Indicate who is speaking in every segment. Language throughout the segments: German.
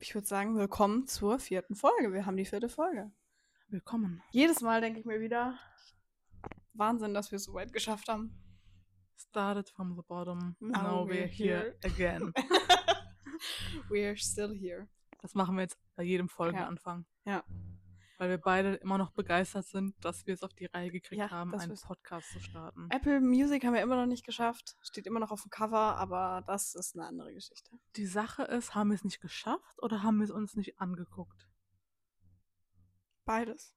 Speaker 1: Ich würde sagen, willkommen zur vierten Folge. Wir haben die vierte Folge.
Speaker 2: Willkommen.
Speaker 1: Jedes Mal denke ich mir wieder, Wahnsinn, dass wir es so weit geschafft haben.
Speaker 2: Started from the bottom.
Speaker 1: Now
Speaker 2: Now
Speaker 1: we're
Speaker 2: we're here again.
Speaker 1: We're still here.
Speaker 2: Das machen wir jetzt bei jedem Folgenanfang.
Speaker 1: Ja.
Speaker 2: Weil wir beide immer noch begeistert sind, dass wir es auf die Reihe gekriegt
Speaker 1: Ja,
Speaker 2: haben,
Speaker 1: dass
Speaker 2: einen
Speaker 1: wir's- Äh,
Speaker 2: Podcast zu starten.
Speaker 1: Apple Music haben wir immer noch nicht geschafft. Steht immer noch auf dem Cover, aber das ist eine andere Geschichte.
Speaker 2: Die Sache ist, haben wir es nicht geschafft oder haben wir es uns nicht angeguckt?
Speaker 1: Beides.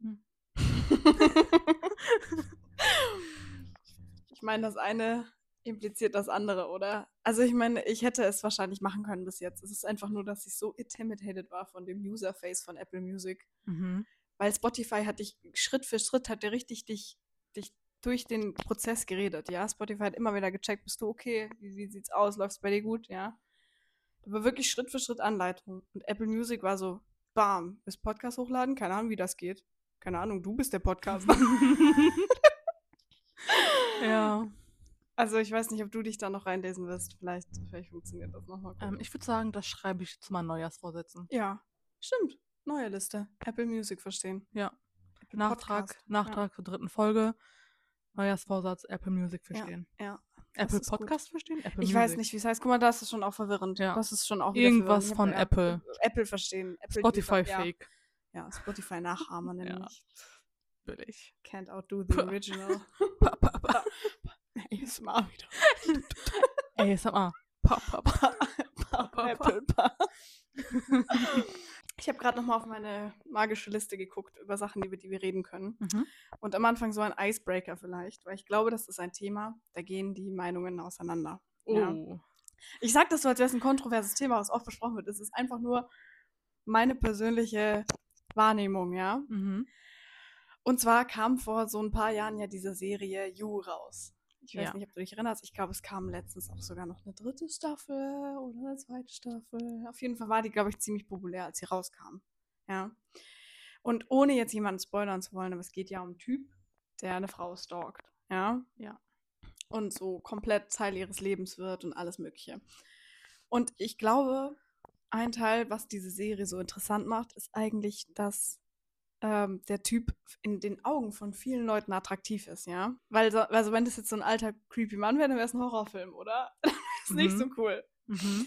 Speaker 2: Hm.
Speaker 1: ich meine, das eine impliziert das andere, oder? Also ich meine, ich hätte es wahrscheinlich machen können bis jetzt. Es ist einfach nur, dass ich so intimidated war von dem Userface von Apple Music.
Speaker 2: Mhm.
Speaker 1: Weil Spotify hat dich Schritt für Schritt hat der richtig dich, dich durch den Prozess geredet, ja. Spotify hat immer wieder gecheckt, bist du okay, wie, wie sieht's aus, läuft's bei dir gut, ja. Da war wirklich Schritt für Schritt Anleitung. Und Apple Music war so, bam, bis Podcast hochladen, keine Ahnung, wie das geht. Keine Ahnung, du bist der Podcast.
Speaker 2: Ja.
Speaker 1: Also ich weiß nicht, ob du dich da noch reinlesen wirst. Vielleicht, vielleicht funktioniert das nochmal.
Speaker 2: Ähm, ich würde sagen, das schreibe ich zu meinen Neujahrsvorsätzen.
Speaker 1: ja, stimmt. Neue Liste. Apple Music verstehen.
Speaker 2: Ja.
Speaker 1: Apple
Speaker 2: Nachtrag,
Speaker 1: Podcast.
Speaker 2: Nachtrag zur dritten Folge. Neujahrsvorsatz, Apple Music verstehen.
Speaker 1: Ja. ja, das
Speaker 2: Apple
Speaker 1: ist gut.
Speaker 2: Podcast verstehen? Apple
Speaker 1: Ich weiß nicht, wie es heißt. Guck mal, das ist schon auch verwirrend.
Speaker 2: Ja.
Speaker 1: Das ist schon auch wieder
Speaker 2: Irgendwas von
Speaker 1: verwirrend. Ich hab da-
Speaker 2: Apple.
Speaker 1: Apple verstehen. Apple
Speaker 2: Spotify
Speaker 1: User,
Speaker 2: Fake.
Speaker 1: Ja, ja Spotify Nachahmen
Speaker 2: Ja.
Speaker 1: nämlich.
Speaker 2: Billig.
Speaker 1: Can't outdo the
Speaker 2: Puh.
Speaker 1: original.
Speaker 2: Pa, pa, pa.
Speaker 1: Jedes Mal wieder.
Speaker 2: ASMR. Pa, pa, pa. Pa, pa, pa.
Speaker 1: Apple Pie. Ich habe gerade noch mal auf meine magische Liste geguckt über Sachen, über die wir reden können.
Speaker 2: Mhm.
Speaker 1: Und am Anfang so ein Icebreaker vielleicht, weil ich glaube, das ist ein Thema, da gehen die Meinungen auseinander. Ja.
Speaker 2: Oh.
Speaker 1: Ich sage das so, als wäre es ein kontroverses Thema, was oft besprochen wird. Es ist einfach nur meine persönliche Wahrnehmung, ja.
Speaker 2: Mhm.
Speaker 1: Und zwar kam vor so ein paar Jahren ja diese Serie You raus. Ich weiß
Speaker 2: Ja.
Speaker 1: nicht, ob du dich erinnerst. Ich glaube, es kam letztens auch sogar noch eine dritte Staffel oder eine zweite Staffel. Auf jeden Fall war die, glaube ich, ziemlich populär, als sie rauskam. Ja. Und ohne jetzt jemanden spoilern zu wollen, aber es geht ja um einen Typ, der eine Frau stalkt. Ja.
Speaker 2: Ja.
Speaker 1: Und so komplett Teil ihres Lebens wird und alles Mögliche. Und ich glaube, ein Teil, was diese Serie so interessant macht, ist eigentlich, dass ähm, der Typ in den Augen von vielen Leuten attraktiv ist, ja. Weil so, also wenn das jetzt so ein alter creepy Mann wäre, dann wäre es ein Horrorfilm, oder? Dann wäre es nicht so
Speaker 2: Mhm.
Speaker 1: cool.
Speaker 2: Mhm.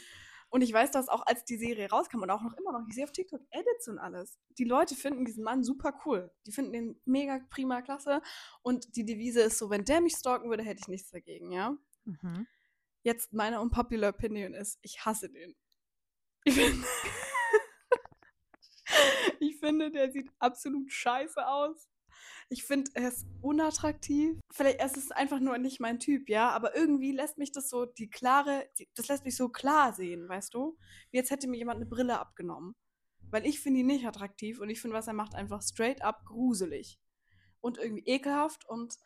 Speaker 1: Und ich weiß das auch, als die Serie rauskam und auch noch immer noch. Ich sehe auf TikTok Edits und alles. Die Leute finden diesen Mann super cool. Die finden den mega prima klasse. Und die Devise ist so, wenn der mich stalken würde, hätte ich nichts dagegen, ja.
Speaker 2: Mhm.
Speaker 1: Jetzt meine unpopular Opinion ist, ich hasse den. Ich finde, ich finde der sieht absolut scheiße aus. Ich finde, er ist unattraktiv. Vielleicht es ist einfach nur nicht mein Typ, ja. Aber irgendwie lässt mich das so die klare, die, das lässt mich so klar sehen, weißt du? Wie jetzt hätte mir jemand eine Brille abgenommen. Weil ich finde ihn nicht attraktiv und ich finde, was er macht, einfach straight up gruselig. Und irgendwie ekelhaft und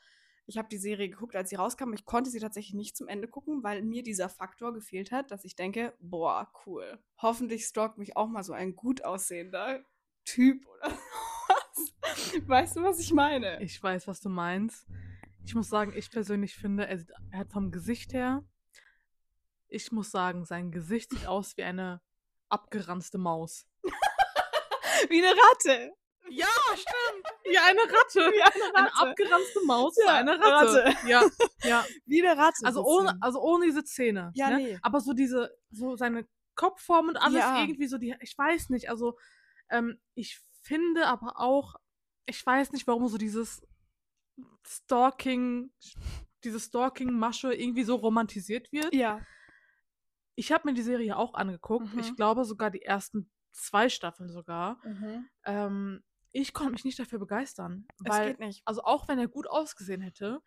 Speaker 1: ich habe die Serie geguckt, als sie rauskam. Ich konnte sie tatsächlich nicht zum Ende gucken, weil mir dieser Faktor gefehlt hat, dass ich denke, boah, cool. Hoffentlich stalkt mich auch mal so ein gut aussehender Typ oder was. Weißt du, was ich meine?
Speaker 2: Ich weiß, was du meinst. Ich muss sagen, ich persönlich finde, er, sieht, er hat vom Gesicht her, ich muss sagen, sein Gesicht sieht aus wie eine abgeranzte Maus.
Speaker 1: Wie eine Ratte.
Speaker 2: Ja, stimmt. Wie eine Ratte.
Speaker 1: Wie eine
Speaker 2: Eine
Speaker 1: Ratte.
Speaker 2: abgeranzte Maus,
Speaker 1: Ja,
Speaker 2: ja, eine Ratte. Ja, ja.
Speaker 1: Wie eine Ratte.
Speaker 2: Also
Speaker 1: sitzt
Speaker 2: ohne,
Speaker 1: sie.
Speaker 2: also ohne diese Zähne.
Speaker 1: Ja,
Speaker 2: ne?
Speaker 1: nee.
Speaker 2: Aber so diese, so seine Kopfform und alles
Speaker 1: Ja.
Speaker 2: irgendwie so, die, ich weiß nicht. Also ähm, ich finde aber auch, ich weiß nicht, warum so dieses Stalking, diese Stalking-Masche irgendwie so romantisiert wird.
Speaker 1: Ja.
Speaker 2: Ich habe mir die Serie auch angeguckt.
Speaker 1: Mhm.
Speaker 2: Ich glaube sogar die ersten zwei Staffeln sogar. Ähm, ich konnte mich nicht dafür begeistern,
Speaker 1: Es
Speaker 2: weil
Speaker 1: geht nicht.
Speaker 2: also auch wenn er gut ausgesehen hätte,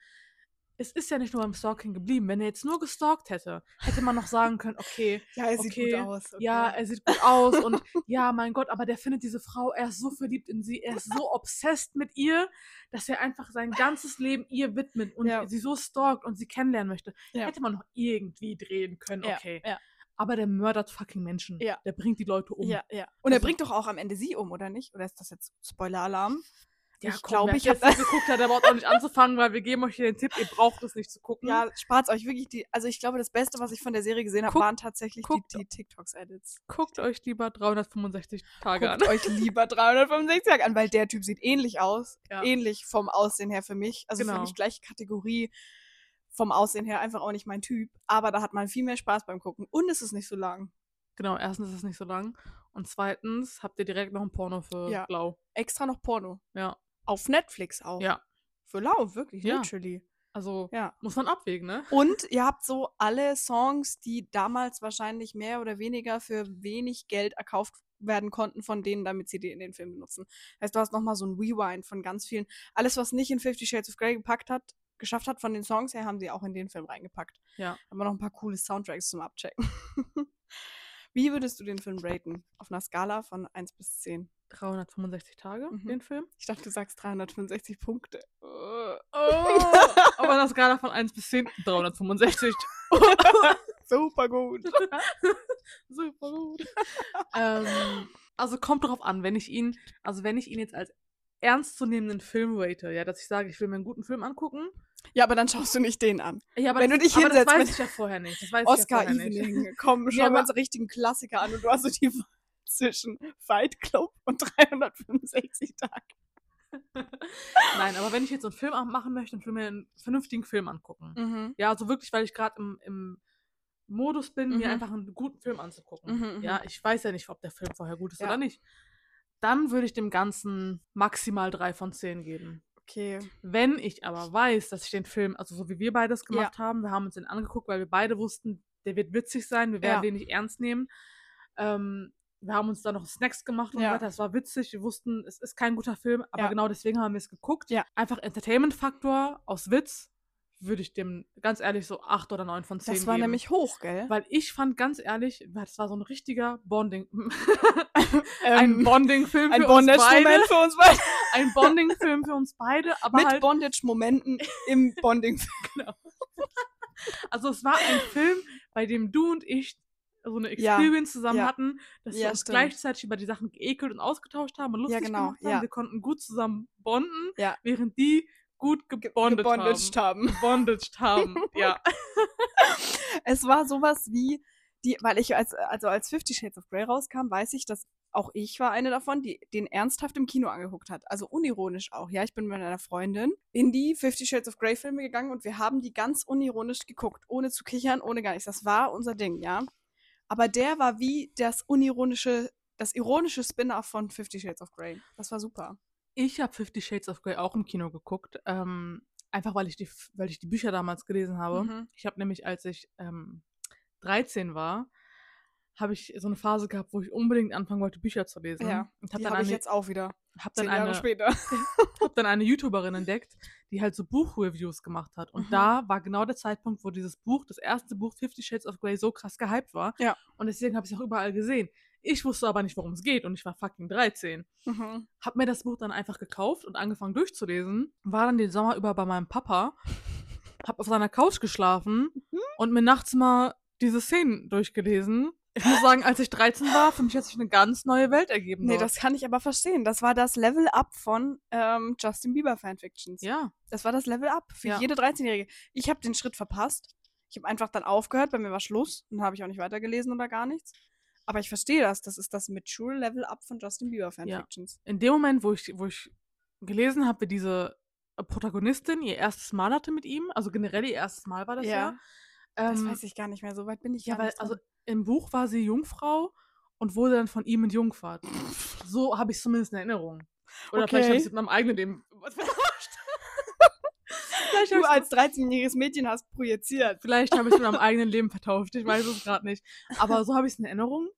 Speaker 2: es ist ja nicht nur beim Stalking geblieben. Wenn er jetzt nur gestalkt hätte, hätte man noch sagen können, okay,
Speaker 1: Ja, er
Speaker 2: okay,
Speaker 1: aus. Okay.
Speaker 2: ja, er sieht gut aus und ja, mein Gott, aber der findet diese Frau, er ist so verliebt in sie, er ist so obsessed mit ihr, dass er einfach sein ganzes Leben ihr widmet und
Speaker 1: Ja.
Speaker 2: sie so stalkt und sie kennenlernen möchte.
Speaker 1: Ja.
Speaker 2: Hätte man noch irgendwie drehen können,
Speaker 1: Ja,
Speaker 2: okay.
Speaker 1: ja.
Speaker 2: Aber der mördert fucking Menschen.
Speaker 1: Ja.
Speaker 2: Der bringt die Leute um.
Speaker 1: Ja, ja. Und er
Speaker 2: Also-
Speaker 1: bringt doch auch am Ende sie um, oder nicht? Oder ist das jetzt Spoiler-Alarm?
Speaker 2: Ja,
Speaker 1: Ich
Speaker 2: komm,
Speaker 1: glaube,
Speaker 2: wer
Speaker 1: ich
Speaker 2: jetzt
Speaker 1: hab-
Speaker 2: nicht geguckt hat, der braucht auch nicht anzufangen, weil wir geben euch hier den Tipp, ihr braucht es nicht zu gucken.
Speaker 1: Ja, spart's Hm? euch wirklich die. Also ich glaube, das Beste, was ich von der Serie gesehen habe,
Speaker 2: Guckt-
Speaker 1: waren tatsächlich die,
Speaker 2: guckt-
Speaker 1: die TikToks-Edits.
Speaker 2: Guckt euch lieber 365 Tage
Speaker 1: Guckt
Speaker 2: an.
Speaker 1: euch lieber 365 an, weil der Typ sieht ähnlich aus.
Speaker 2: Ja.
Speaker 1: Ähnlich vom Aussehen her für mich. Also für
Speaker 2: Genau.
Speaker 1: mich gleiche Kategorie. Vom Aussehen her einfach auch nicht mein Typ. Aber da hat man viel mehr Spaß beim Gucken. Und es ist nicht so lang.
Speaker 2: Genau, erstens ist es nicht so lang. Und zweitens habt ihr direkt noch ein Porno für
Speaker 1: Ja.
Speaker 2: Blau.
Speaker 1: Extra noch Porno.
Speaker 2: Ja.
Speaker 1: Auf Netflix auch.
Speaker 2: Ja.
Speaker 1: Für lau, wirklich,
Speaker 2: Ja.
Speaker 1: literally.
Speaker 2: Also
Speaker 1: Ja.
Speaker 2: muss man abwägen, ne?
Speaker 1: Und ihr habt so alle Songs, die damals wahrscheinlich mehr oder weniger für wenig Geld erkauft werden konnten von denen, damit sie die in den Film benutzen. Heißt, du hast nochmal so ein Rewind von ganz vielen. Alles, was nicht in Fifty Shades of Grey gepackt hat, geschafft hat von den Songs her, haben sie auch in den Film reingepackt.
Speaker 2: Ja.
Speaker 1: Haben wir noch ein paar coole Soundtracks zum Abchecken. Wie würdest du den Film raten? Auf einer Skala von 1 bis 10.
Speaker 2: 365 Tage,
Speaker 1: Mhm.
Speaker 2: den Film.
Speaker 1: Ich dachte, du sagst 365 Punkte. Äh,
Speaker 2: Aber an der Skala von 1 bis 10, 365.
Speaker 1: Super gut.
Speaker 2: Super gut. ähm, also kommt drauf an, wenn ich ihn, also wenn ich ihn jetzt als ernstzunehmenden Film rate, ja, dass ich sage, ich will mir einen guten Film angucken.
Speaker 1: Ja, aber dann schaust du nicht den an.
Speaker 2: Ja, aber
Speaker 1: Wenn
Speaker 2: das,
Speaker 1: du dich
Speaker 2: aber das
Speaker 1: hinsetzt
Speaker 2: weiß
Speaker 1: mit-
Speaker 2: ich ja vorher nicht. Das weiß ich ja vorher nicht.
Speaker 1: Oscar-Evening. Komm, schau
Speaker 2: aber-
Speaker 1: mal so richtigen Klassiker an und du hast so die Wahl zwischen Fight Club und 365 Tage.
Speaker 2: Nein, aber wenn ich jetzt so einen Film an- machen möchte und will mir einen vernünftigen Film angucken.
Speaker 1: Mhm.
Speaker 2: Ja, also wirklich, weil ich gerade im, im Modus bin,
Speaker 1: Mhm.
Speaker 2: mir einfach einen guten Film anzugucken.
Speaker 1: Mhm, mhm.
Speaker 2: Ja, ich weiß ja nicht, ob der Film vorher gut ist
Speaker 1: Ja.
Speaker 2: oder nicht. Dann würde ich dem Ganzen maximal drei von zehn geben.
Speaker 1: Okay.
Speaker 2: Wenn ich aber weiß, dass ich den Film, also so wie wir beides gemacht haben, wir haben uns den angeguckt, weil wir beide wussten, der wird witzig sein, wir werden
Speaker 1: Ja.
Speaker 2: den nicht ernst nehmen. Ähm, wir haben uns da noch Snacks gemacht und
Speaker 1: Ja.
Speaker 2: so weiter. Das war witzig. Wir wussten, es ist kein guter Film, aber
Speaker 1: Ja.
Speaker 2: genau deswegen haben wir es geguckt.
Speaker 1: Ja.
Speaker 2: Einfach Entertainment-Faktor aus Witz würde ich dem ganz ehrlich so acht oder neun von zehn
Speaker 1: Das war
Speaker 2: geben.
Speaker 1: nämlich hoch, gell?
Speaker 2: Weil ich fand ganz ehrlich, das war so ein richtiger Bonding.
Speaker 1: Ähm,
Speaker 2: ein Bonding-Film
Speaker 1: ein
Speaker 2: für uns beide.
Speaker 1: Bondage-Moment für uns beide.
Speaker 2: Ein Bonding-Film für uns beide, aber
Speaker 1: Mit
Speaker 2: halt
Speaker 1: Bondage-Momenten im Bonding.
Speaker 2: Also es war ein Film, bei dem du und ich so eine
Speaker 1: Ja,
Speaker 2: Experience zusammen
Speaker 1: ja.
Speaker 2: hatten, dass wir
Speaker 1: Ja,
Speaker 2: uns
Speaker 1: stimmt.
Speaker 2: gleichzeitig über die Sachen geekelt und ausgetauscht haben und lustig
Speaker 1: genau,
Speaker 2: gemacht haben.
Speaker 1: ja.
Speaker 2: Wir konnten gut zusammen bonden,
Speaker 1: Ja.
Speaker 2: während die gut gebondet
Speaker 1: gebondaged
Speaker 2: haben.
Speaker 1: haben.
Speaker 2: Gebondaged haben, ja.
Speaker 1: Es war sowas wie die, weil ich als, also als Fifty Shades of Grey rauskam, weiß ich, dass auch ich war eine davon, die den ernsthaft im Kino angeguckt hat. Also unironisch auch. Ja, ich bin mit einer Freundin in die Fifty Shades of Grey Filme gegangen und wir haben die ganz unironisch geguckt, ohne zu kichern, ohne gar nichts. Das war unser Ding, ja. Aber der war wie das unironische, das ironische Spin-off von Fifty Shades of Grey. Das war super.
Speaker 2: Ich habe Fifty Shades of Grey auch im Kino geguckt, ähm, einfach weil ich, die, weil ich die Bücher damals gelesen habe.
Speaker 1: Mhm.
Speaker 2: Ich habe nämlich, als ich ähm, 13 war, habe ich so eine Phase gehabt, wo ich unbedingt anfangen wollte, Bücher zu lesen.
Speaker 1: Ja,
Speaker 2: und
Speaker 1: Die
Speaker 2: dann
Speaker 1: habe ich
Speaker 2: eine-
Speaker 1: jetzt auch wieder.
Speaker 2: hab dann
Speaker 1: Zehn Jahre
Speaker 2: eine,
Speaker 1: später.
Speaker 2: habe dann eine YouTuberin entdeckt, die halt so Buchreviews gemacht hat. Und
Speaker 1: Mhm.
Speaker 2: da war genau der Zeitpunkt, wo dieses Buch, das erste Buch Fifty Shades of Grey, so krass gehypt war.
Speaker 1: Ja.
Speaker 2: Und deswegen habe ich es auch überall gesehen. Ich wusste aber nicht, worum es geht und ich war fucking 13.
Speaker 1: Mhm.
Speaker 2: Hab mir das Buch dann einfach gekauft und angefangen durchzulesen. War dann den Sommer über bei meinem Papa, hab auf seiner Couch geschlafen
Speaker 1: Mhm.
Speaker 2: und mir nachts mal diese Szenen durchgelesen. Ich muss sagen, als ich 13 war, für mich hat sich eine ganz neue Welt ergeben.
Speaker 1: Nee,
Speaker 2: dort.
Speaker 1: das kann ich aber verstehen. Das war das Level-Up von ähm, Justin Bieber Fanfictions.
Speaker 2: ja.
Speaker 1: Das war das Level-Up für
Speaker 2: Ja.
Speaker 1: jede 13-Jährige. Ich habe den Schritt verpasst. Ich habe einfach dann aufgehört, bei mir war Schluss. Dann habe ich auch nicht weitergelesen oder gar nichts. Aber ich verstehe das. Das ist das Mature Level-Up von Justin Bieber Fanfictions.
Speaker 2: in dem Moment, wo ich, wo ich gelesen habe, wie diese Protagonistin ihr erstes Mal hatte mit ihm, also generell ihr erstes Mal war das ja. Ähm,
Speaker 1: Das weiß ich gar nicht mehr. So weit bin ich
Speaker 2: ja,
Speaker 1: gar
Speaker 2: weil
Speaker 1: nicht.
Speaker 2: also
Speaker 1: drin.
Speaker 2: im Buch war sie Jungfrau und wurde dann von ihm entjungfert. so habe ich zumindest eine Erinnerung. Oder vielleicht habe ich
Speaker 1: Okay.
Speaker 2: es mit meinem eigenen Leben. vielleicht
Speaker 1: du
Speaker 2: habe ich
Speaker 1: als 13-jähriges Mädchen hast projiziert.
Speaker 2: Vielleicht habe ich es mit meinem eigenen Leben vertauscht. Ich weiß es gerade nicht. Aber so habe ich es in Erinnerung.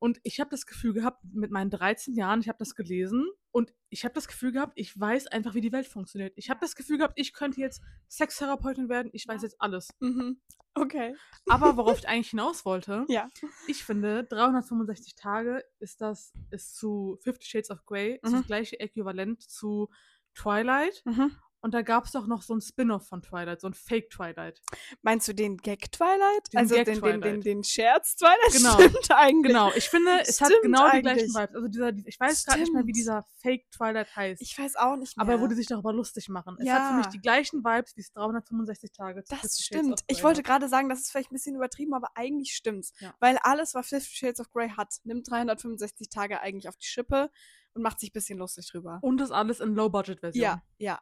Speaker 2: Und ich habe das Gefühl gehabt, mit meinen 13 Jahren, ich habe das gelesen und ich habe das Gefühl gehabt, ich weiß einfach, wie die Welt funktioniert. Ich habe das Gefühl gehabt, ich könnte jetzt Sextherapeutin werden, ich weiß jetzt alles.
Speaker 1: Mhm. Okay.
Speaker 2: Aber worauf ich eigentlich hinaus wollte,
Speaker 1: Ja.
Speaker 2: ich finde, 365 Tage ist das, ist zu Fifty Shades of Grey, ist
Speaker 1: Mhm.
Speaker 2: das gleiche Äquivalent zu Twilight.
Speaker 1: Mhm.
Speaker 2: Und da gab es doch noch so ein Spin-off von Twilight, so ein Fake Twilight.
Speaker 1: Meinst du den Gag Twilight?
Speaker 2: Den
Speaker 1: also
Speaker 2: Gag
Speaker 1: den, den, den,
Speaker 2: Twilight.
Speaker 1: den Scherz Twilight?
Speaker 2: Genau.
Speaker 1: Stimmt eigentlich.
Speaker 2: Genau, ich finde, es hat
Speaker 1: Stimmt
Speaker 2: genau die
Speaker 1: eigentlich.
Speaker 2: gleichen Vibes. Also dieser, ich weiß gerade nicht mehr, wie
Speaker 1: Stimmt.
Speaker 2: dieser Fake Twilight heißt.
Speaker 1: Ich weiß auch nicht mehr.
Speaker 2: aber er würde sich darüber lustig machen. Es hat für mich
Speaker 1: Ja.
Speaker 2: die gleichen Vibes wie es 365 Tage. zu
Speaker 1: Das
Speaker 2: Fifty Shades of
Speaker 1: stimmt. Ich
Speaker 2: Grey
Speaker 1: wollte
Speaker 2: hat.
Speaker 1: gerade sagen, das ist vielleicht ein bisschen übertrieben, aber eigentlich stimmt's.
Speaker 2: Ja.
Speaker 1: Weil alles, was Fifty Shades of Grey hat, nimmt 365 Tage eigentlich auf die Schippe und macht sich ein bisschen lustig drüber.
Speaker 2: Und das alles in Low-Budget-Version.
Speaker 1: Ja, ja,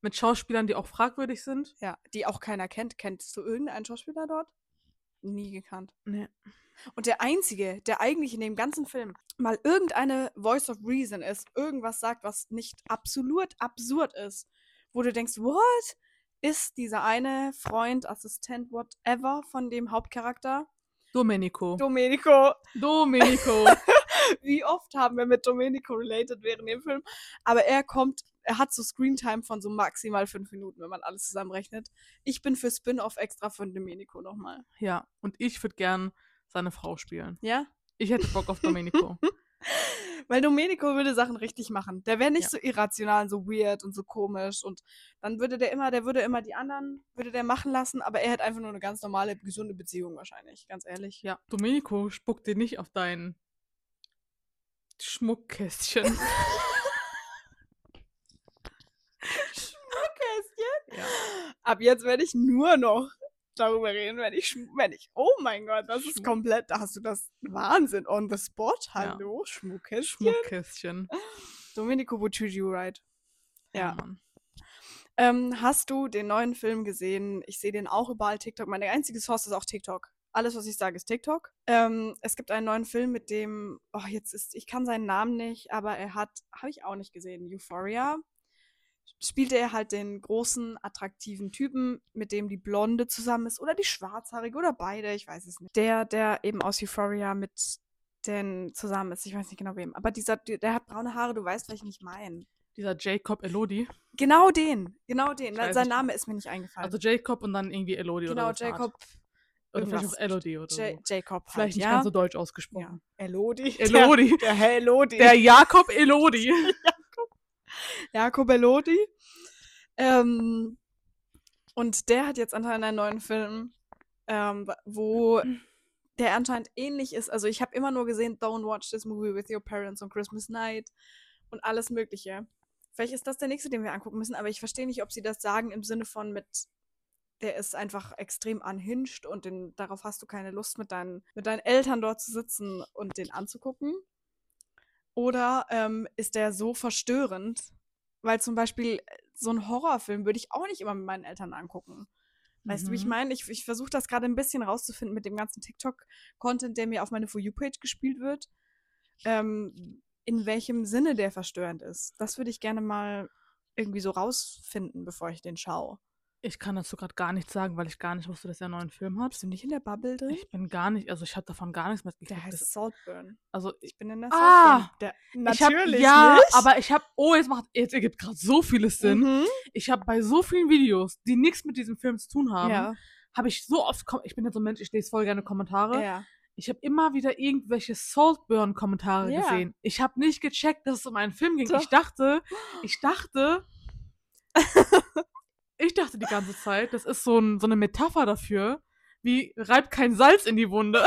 Speaker 2: Mit Schauspielern, die auch fragwürdig sind.
Speaker 1: ja. Die auch keiner kennt. Kennst du irgendeinen Schauspieler dort? Nie gekannt.
Speaker 2: Nee.
Speaker 1: Und der Einzige, der eigentlich in dem ganzen Film mal irgendeine Voice of Reason ist, irgendwas sagt, was nicht absolut absurd ist, wo du denkst, what? Ist dieser eine Freund, Assistent, whatever von dem Hauptcharakter?
Speaker 2: Domenico.
Speaker 1: Domenico,
Speaker 2: Domenico.
Speaker 1: wie oft haben wir mit Domenico related während dem Film. Aber er kommt, er hat so Screentime von so maximal fünf Minuten, wenn man alles zusammenrechnet. Ich bin für Spin-off extra von Domenico nochmal.
Speaker 2: ja, und ich würde gern seine Frau spielen.
Speaker 1: Ja?
Speaker 2: Ich hätte Bock auf Domenico.
Speaker 1: Weil Domenico würde Sachen richtig machen. Der wäre nicht
Speaker 2: Ja.
Speaker 1: so irrational und so weird und so komisch. Und dann würde der immer, der würde immer die anderen, würde der machen lassen, aber er hätte einfach nur eine ganz normale, gesunde Beziehung wahrscheinlich, ganz ehrlich.
Speaker 2: ja, Domenico spuckt dir nicht auf dein Schmuckkästchen.
Speaker 1: Schmuckkästchen.
Speaker 2: ja.
Speaker 1: Ab jetzt werde ich nur noch darüber reden, wenn ich, schm- wenn ich, oh mein Gott, das ist
Speaker 2: Schmuck.
Speaker 1: komplett, da hast du das Wahnsinn on the spot,
Speaker 2: Ja.
Speaker 1: hallo, Schmuckkästchen.
Speaker 2: Schmuckkästchen. Oh
Speaker 1: Domenico would treat you right. Ja.
Speaker 2: Mann.
Speaker 1: Ähm, hast du den neuen Film gesehen? Ich sehe den auch überall TikTok. Meine einzige Source ist auch TikTok. Alles, was ich sage, ist TikTok. Ähm, es gibt einen neuen Film mit dem, oh, jetzt ist, ich kann seinen Namen nicht, aber er hat, habe ich auch nicht gesehen, Euphoria. Spielte er halt den großen, attraktiven Typen, mit dem die Blonde zusammen ist oder die Schwarzhaarige oder beide, ich weiß es nicht. Der, der eben aus Euphoria mit den zusammen ist, ich weiß nicht genau wem. Aber dieser, der hat braune Haare, du weißt, welchen ich meine.
Speaker 2: Dieser Jacob Elodie.
Speaker 1: Genau den, genau den.
Speaker 2: Ich weiß
Speaker 1: Sein
Speaker 2: nicht.
Speaker 1: Name ist mir nicht eingefallen.
Speaker 2: Also Jacob und dann irgendwie Elodie
Speaker 1: genau,
Speaker 2: oder so. eine Art.
Speaker 1: Jacob.
Speaker 2: Oder vielleicht auch
Speaker 1: irgendwas.
Speaker 2: Elodie oder
Speaker 1: Ja-
Speaker 2: so.
Speaker 1: Jacob. Halt,
Speaker 2: Vielleicht nicht
Speaker 1: ja?
Speaker 2: ganz so deutsch
Speaker 1: Ja.
Speaker 2: ausgesprochen.
Speaker 1: Elodie.
Speaker 2: Elodie.
Speaker 1: Der, der Herr Elodie.
Speaker 2: Der Jakob Elodie.
Speaker 1: Jakob Elodie. Ähm, und der hat jetzt anscheinend einen neuen Film, ähm, wo der anscheinend ähnlich ist. Also ich habe immer nur gesehen, Don't watch this movie with your parents on Christmas night und alles Mögliche. Vielleicht ist das der nächste, den wir angucken müssen, aber ich verstehe nicht, ob sie das sagen im Sinne von mit, der ist einfach extrem unhinged und den, darauf hast du keine Lust, mit deinen, mit deinen Eltern dort zu sitzen und den anzugucken. Oder ähm, ist der so verstörend, weil zum Beispiel äh, so einen Horrorfilm würde ich auch nicht immer mit meinen Eltern angucken. Weißt du, wie ich
Speaker 2: Mhm.
Speaker 1: meine? Ich, ich versuche das gerade ein bisschen rauszufinden mit dem ganzen TikTok-Content, der mir auf meine For You-Page gespielt wird. Ähm, in welchem Sinne der verstörend ist. Das würde ich gerne mal irgendwie so rausfinden, bevor ich den schaue.
Speaker 2: Ich kann dazu gerade gar nichts sagen, weil ich gar nicht wusste, dass er einen neuen Film hat.
Speaker 1: Bist du nicht in der Bubble drin?
Speaker 2: Ich bin gar nicht, also ich habe davon gar nichts
Speaker 1: der
Speaker 2: mitgekriegt. Das-
Speaker 1: heißt Saltburn.
Speaker 2: Also ich,
Speaker 1: Ich bin in der
Speaker 2: Ah!
Speaker 1: Saltburn. Der,
Speaker 2: ich hab, ja, aber ich habe, oh, jetzt macht, jetzt ergibt gerade so vieles Sinn.
Speaker 1: Mhm.
Speaker 2: Ich habe bei so vielen Videos, die nichts mit diesem Film zu tun haben,
Speaker 1: Ja,
Speaker 2: habe ich so oft, kom- ich bin ja so ein Mensch, ich lese voll gerne Kommentare.
Speaker 1: ja.
Speaker 2: Ich habe immer wieder irgendwelche Saltburn-Kommentare
Speaker 1: Ja.
Speaker 2: gesehen. Ich habe nicht gecheckt, dass es um einen Film ging.
Speaker 1: Doch.
Speaker 2: Ich dachte, ich dachte, ich dachte die ganze Zeit, das ist so, ein, so eine Metapher dafür, wie reibt kein Salz in die Wunde.